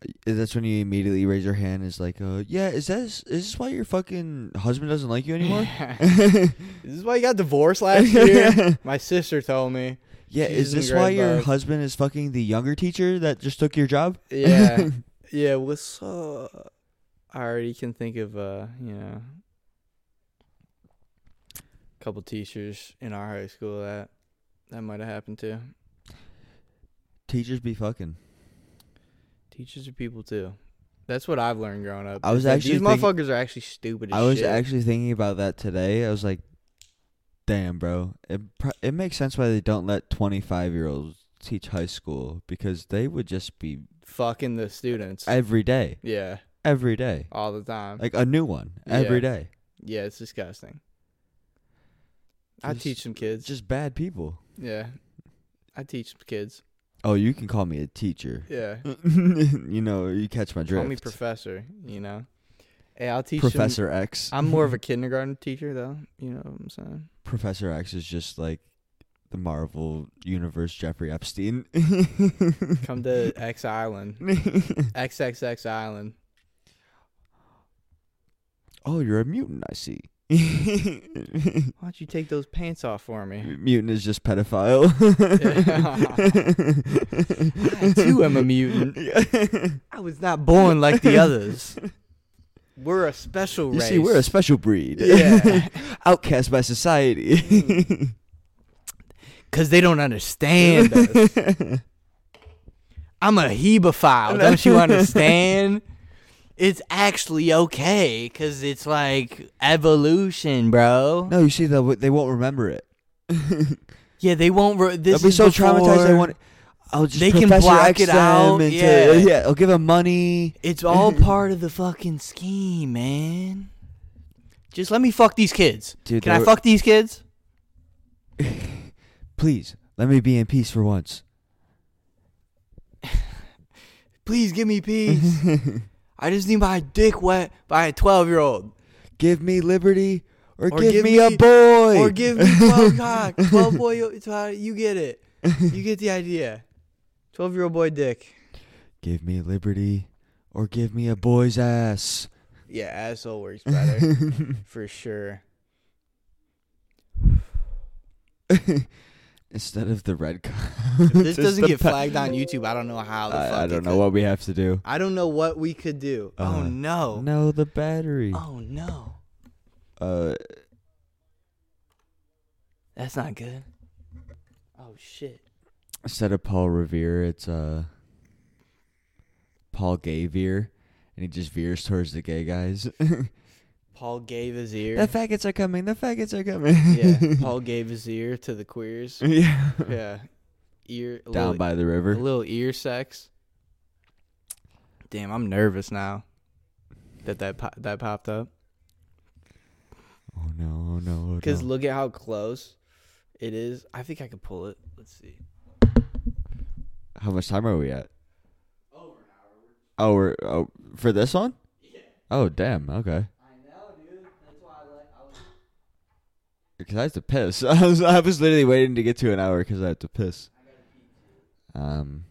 [SPEAKER 2] Uh, that's when you immediately raise your hand. Is like, uh, yeah, is that is this why your fucking husband doesn't like
[SPEAKER 1] [laughs]
[SPEAKER 2] you anymore?
[SPEAKER 1] Is this why you got
[SPEAKER 2] [laughs]
[SPEAKER 1] divorced last year? My sister told me.
[SPEAKER 2] yeah,
[SPEAKER 1] She's
[SPEAKER 2] is
[SPEAKER 1] in
[SPEAKER 2] this
[SPEAKER 1] grade
[SPEAKER 2] why your
[SPEAKER 1] above.
[SPEAKER 2] husband is fucking the younger teacher that just took your job? [laughs]
[SPEAKER 1] Yeah, yeah. What's uh, I already can think of uh, you know, a couple teachers in our high school that that might have happened to.
[SPEAKER 2] Teachers be fucking.
[SPEAKER 1] Teachers are people too. That's what I've learned growing up.
[SPEAKER 2] I
[SPEAKER 1] is
[SPEAKER 2] was
[SPEAKER 1] that
[SPEAKER 2] actually
[SPEAKER 1] these
[SPEAKER 2] think-
[SPEAKER 1] motherfuckers are actually stupid. As
[SPEAKER 2] I was
[SPEAKER 1] shit.
[SPEAKER 2] actually thinking about that today. I was like, Damn, bro. It pro- it makes sense why they don't let 25-year-olds teach high school because they would just be
[SPEAKER 1] Fucking the students.
[SPEAKER 2] every day,
[SPEAKER 1] yeah,
[SPEAKER 2] every day.
[SPEAKER 1] all the time.
[SPEAKER 2] Like a new one every day.
[SPEAKER 1] yeah, it's disgusting. I
[SPEAKER 2] Just-
[SPEAKER 1] teach some kids.
[SPEAKER 2] It's just bad people.
[SPEAKER 1] yeah, I teach some kids.
[SPEAKER 2] Oh, you can call me a teacher.
[SPEAKER 1] Yeah,
[SPEAKER 2] [laughs] you know, you catch my drift.
[SPEAKER 1] call me professor. You know, hey, I'll teach 'em-
[SPEAKER 2] Professor X.
[SPEAKER 1] I'm more of a kindergarten teacher though. You know what I'm saying?
[SPEAKER 2] Professor X is just like the Marvel universe Jeffrey Epstein. [laughs]
[SPEAKER 1] Come to X Island, XXX Island.
[SPEAKER 2] oh, you're a mutant,
[SPEAKER 1] [laughs]
[SPEAKER 2] I see.
[SPEAKER 1] Why don't you take those pants off for me?
[SPEAKER 2] mutant is just pedophile.
[SPEAKER 1] [laughs] I too am a mutant.
[SPEAKER 2] [laughs]
[SPEAKER 1] I was not born like the others. We're a special
[SPEAKER 2] You
[SPEAKER 1] race.
[SPEAKER 2] see, we're a special breed.
[SPEAKER 1] yeah,
[SPEAKER 2] [laughs] Outcast
[SPEAKER 1] [laughs]
[SPEAKER 2] by society.
[SPEAKER 1] because they don't understand
[SPEAKER 2] [laughs]
[SPEAKER 1] us. I'm a hebophile. Don't you understand? It's actually okay because it's like evolution, bro.
[SPEAKER 2] no, you see, though, they won't
[SPEAKER 1] [laughs]
[SPEAKER 2] remember it.
[SPEAKER 1] Yeah, they won't. Re- this
[SPEAKER 2] They'll be
[SPEAKER 1] is
[SPEAKER 2] so
[SPEAKER 1] before-
[SPEAKER 2] traumatized. They want. I'll just
[SPEAKER 1] They can
[SPEAKER 2] Professor
[SPEAKER 1] block
[SPEAKER 2] X
[SPEAKER 1] it
[SPEAKER 2] them
[SPEAKER 1] out,
[SPEAKER 2] Into,
[SPEAKER 1] yeah.
[SPEAKER 2] yeah. I'll give them money.
[SPEAKER 1] It's
[SPEAKER 2] [laughs]
[SPEAKER 1] all part of the fucking scheme, man. Just let me fuck these kids.
[SPEAKER 2] Dude,
[SPEAKER 1] Can
[SPEAKER 2] they
[SPEAKER 1] I
[SPEAKER 2] were-
[SPEAKER 1] fuck these kids?
[SPEAKER 2] Please let me be in peace for
[SPEAKER 1] [laughs]
[SPEAKER 2] once.
[SPEAKER 1] Please give me peace. [laughs] I just need my dick wet by a 12 year old.
[SPEAKER 2] Give me liberty, or,
[SPEAKER 1] Or
[SPEAKER 2] give,
[SPEAKER 1] give
[SPEAKER 2] me, a
[SPEAKER 1] me-
[SPEAKER 2] boy,
[SPEAKER 1] Or
[SPEAKER 2] [laughs]
[SPEAKER 1] give me 12 cock. 12 boy, it's how- you get it. You get the idea. 12 year old boy dick.
[SPEAKER 2] [laughs] Give me liberty, or give me a boy's ass.
[SPEAKER 1] Yeah, asshole works
[SPEAKER 2] [laughs]
[SPEAKER 1] better. for sure.
[SPEAKER 2] [laughs] Instead of the
[SPEAKER 1] [laughs]
[SPEAKER 2] red card.
[SPEAKER 1] If this
[SPEAKER 2] Just
[SPEAKER 1] doesn't
[SPEAKER 2] the
[SPEAKER 1] get
[SPEAKER 2] pe-
[SPEAKER 1] flagged on YouTube, I don't know how the fuck
[SPEAKER 2] I, I
[SPEAKER 1] it
[SPEAKER 2] don't
[SPEAKER 1] could.
[SPEAKER 2] know what we have to do.
[SPEAKER 1] I don't know what we could do. oh
[SPEAKER 2] Uh,
[SPEAKER 1] no.
[SPEAKER 2] No, the battery.
[SPEAKER 1] Oh no.
[SPEAKER 2] Uh,
[SPEAKER 1] That's not good. Oh shit.
[SPEAKER 2] instead of Paul Revere, it's uh Paul Gay Veer, and he just veers towards the gay guys. [laughs]
[SPEAKER 1] Paul gave his ear.
[SPEAKER 2] The faggots are coming. The faggots are coming.
[SPEAKER 1] [laughs] yeah. Paul gave his ear to the [laughs] queers.
[SPEAKER 2] [laughs] yeah.
[SPEAKER 1] Yeah. Ear a
[SPEAKER 2] Down
[SPEAKER 1] little,
[SPEAKER 2] by the
[SPEAKER 1] a
[SPEAKER 2] river.
[SPEAKER 1] little ear sex. Damn, I'm nervous now. That that po- that popped up.
[SPEAKER 2] Oh no! Oh no! Oh,
[SPEAKER 1] Cuz
[SPEAKER 2] no.
[SPEAKER 1] look at how close it is. I think I could pull it. Let's see.
[SPEAKER 2] how much time are we at? Over an hour. Oh, we're oh, for this one. Yeah. Oh damn! Okay.
[SPEAKER 1] I know, dude. That's why I like I was
[SPEAKER 2] Because I have to piss. [laughs] I was, I was literally waiting to get to an hour because I have to piss. Um.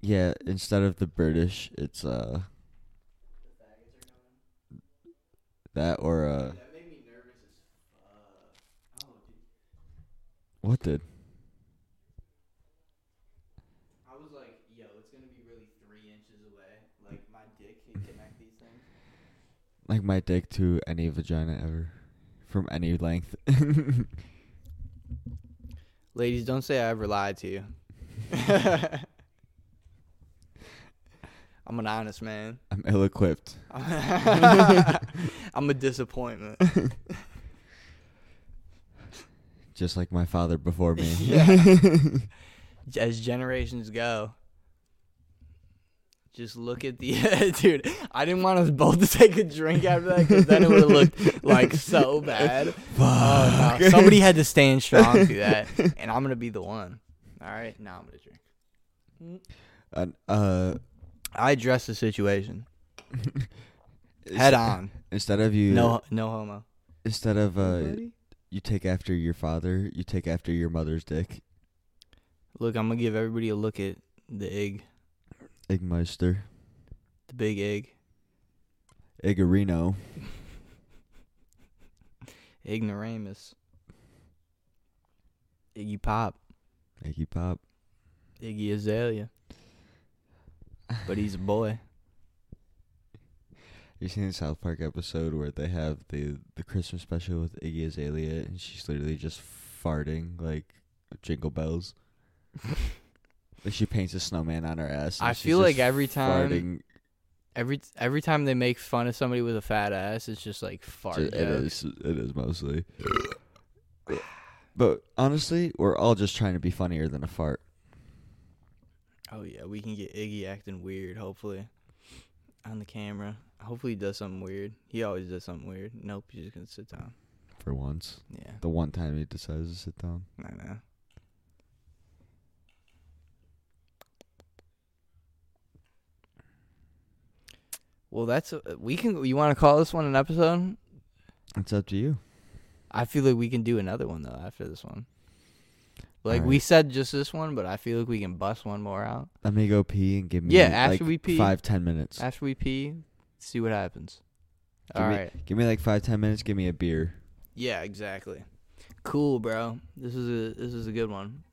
[SPEAKER 2] Yeah, instead of the British, it's uh. That or uh. What did?
[SPEAKER 1] I was like, yo, it's gonna be really three inches away. Like my dick can connect these things.
[SPEAKER 2] Like my dick to any vagina ever. From any length. [laughs]
[SPEAKER 1] Ladies, don't say I ever lied to [laughs] you. I'm an honest [laughs] man.
[SPEAKER 2] I'm ill equipped.
[SPEAKER 1] I'm a disappointment.
[SPEAKER 2] Just like my father before me.
[SPEAKER 1] [laughs]
[SPEAKER 2] [laughs]
[SPEAKER 1] Yeah. As generations go, just look at the [laughs] dude. I didn't want us both to take a drink after that because then it would have looked like so bad. Oh, no. Somebody had to stand strong through that, and I'm gonna be the one. All right, now I'm gonna drink.
[SPEAKER 2] An- uh,
[SPEAKER 1] I address the situation [laughs] head on.
[SPEAKER 2] Instead of
[SPEAKER 1] [laughs]
[SPEAKER 2] you,
[SPEAKER 1] No, no homo.
[SPEAKER 2] Instead of uh, you take after your father, you take after your mother's dick,
[SPEAKER 1] Look, I'm gonna give everybody a look at the egg,
[SPEAKER 2] Igmeister,
[SPEAKER 1] the big egg,
[SPEAKER 2] Igorino.
[SPEAKER 1] ignoramus, Iggy Pop,
[SPEAKER 2] Iggy Pop.
[SPEAKER 1] Iggy Azalea. But he's a boy.
[SPEAKER 2] You seen the South Park episode where they have the the Christmas special with Iggy Azalea, and she's literally just farting like jingle bells.
[SPEAKER 1] [laughs]
[SPEAKER 2] like she paints a snowman on her ass. and
[SPEAKER 1] I
[SPEAKER 2] she's
[SPEAKER 1] feel
[SPEAKER 2] just
[SPEAKER 1] like every time-
[SPEAKER 2] farting
[SPEAKER 1] Every every time they make fun of somebody with a fat ass, it's just like fart.
[SPEAKER 2] It
[SPEAKER 1] joke.
[SPEAKER 2] is. It is mostly. but honestly, we're all just trying to be funnier than a fart.
[SPEAKER 1] Oh yeah, we can get Iggy acting weird. Hopefully, on the camera. Hopefully he does something weird. He always does something weird. Nope, he's just gonna sit down.
[SPEAKER 2] For once,
[SPEAKER 1] Yeah,
[SPEAKER 2] the one time he decides to sit down.
[SPEAKER 1] I know. Well, that's a, we can. You want to call this one an episode?
[SPEAKER 2] It's up to you.
[SPEAKER 1] I feel like we can do another one though after this one. Like
[SPEAKER 2] Alright.
[SPEAKER 1] we said, just this one, but I feel like we can bust one more out
[SPEAKER 2] Let me go pee and give me
[SPEAKER 1] Yeah, after
[SPEAKER 2] like
[SPEAKER 1] we pee-
[SPEAKER 2] five ten minutes.
[SPEAKER 1] after we pee. See what happens.
[SPEAKER 2] Give
[SPEAKER 1] All
[SPEAKER 2] me-
[SPEAKER 1] right.
[SPEAKER 2] Give me like five ten minutes. Give me a beer.
[SPEAKER 1] Yeah, exactly. Cool, bro. This is a this is a good one.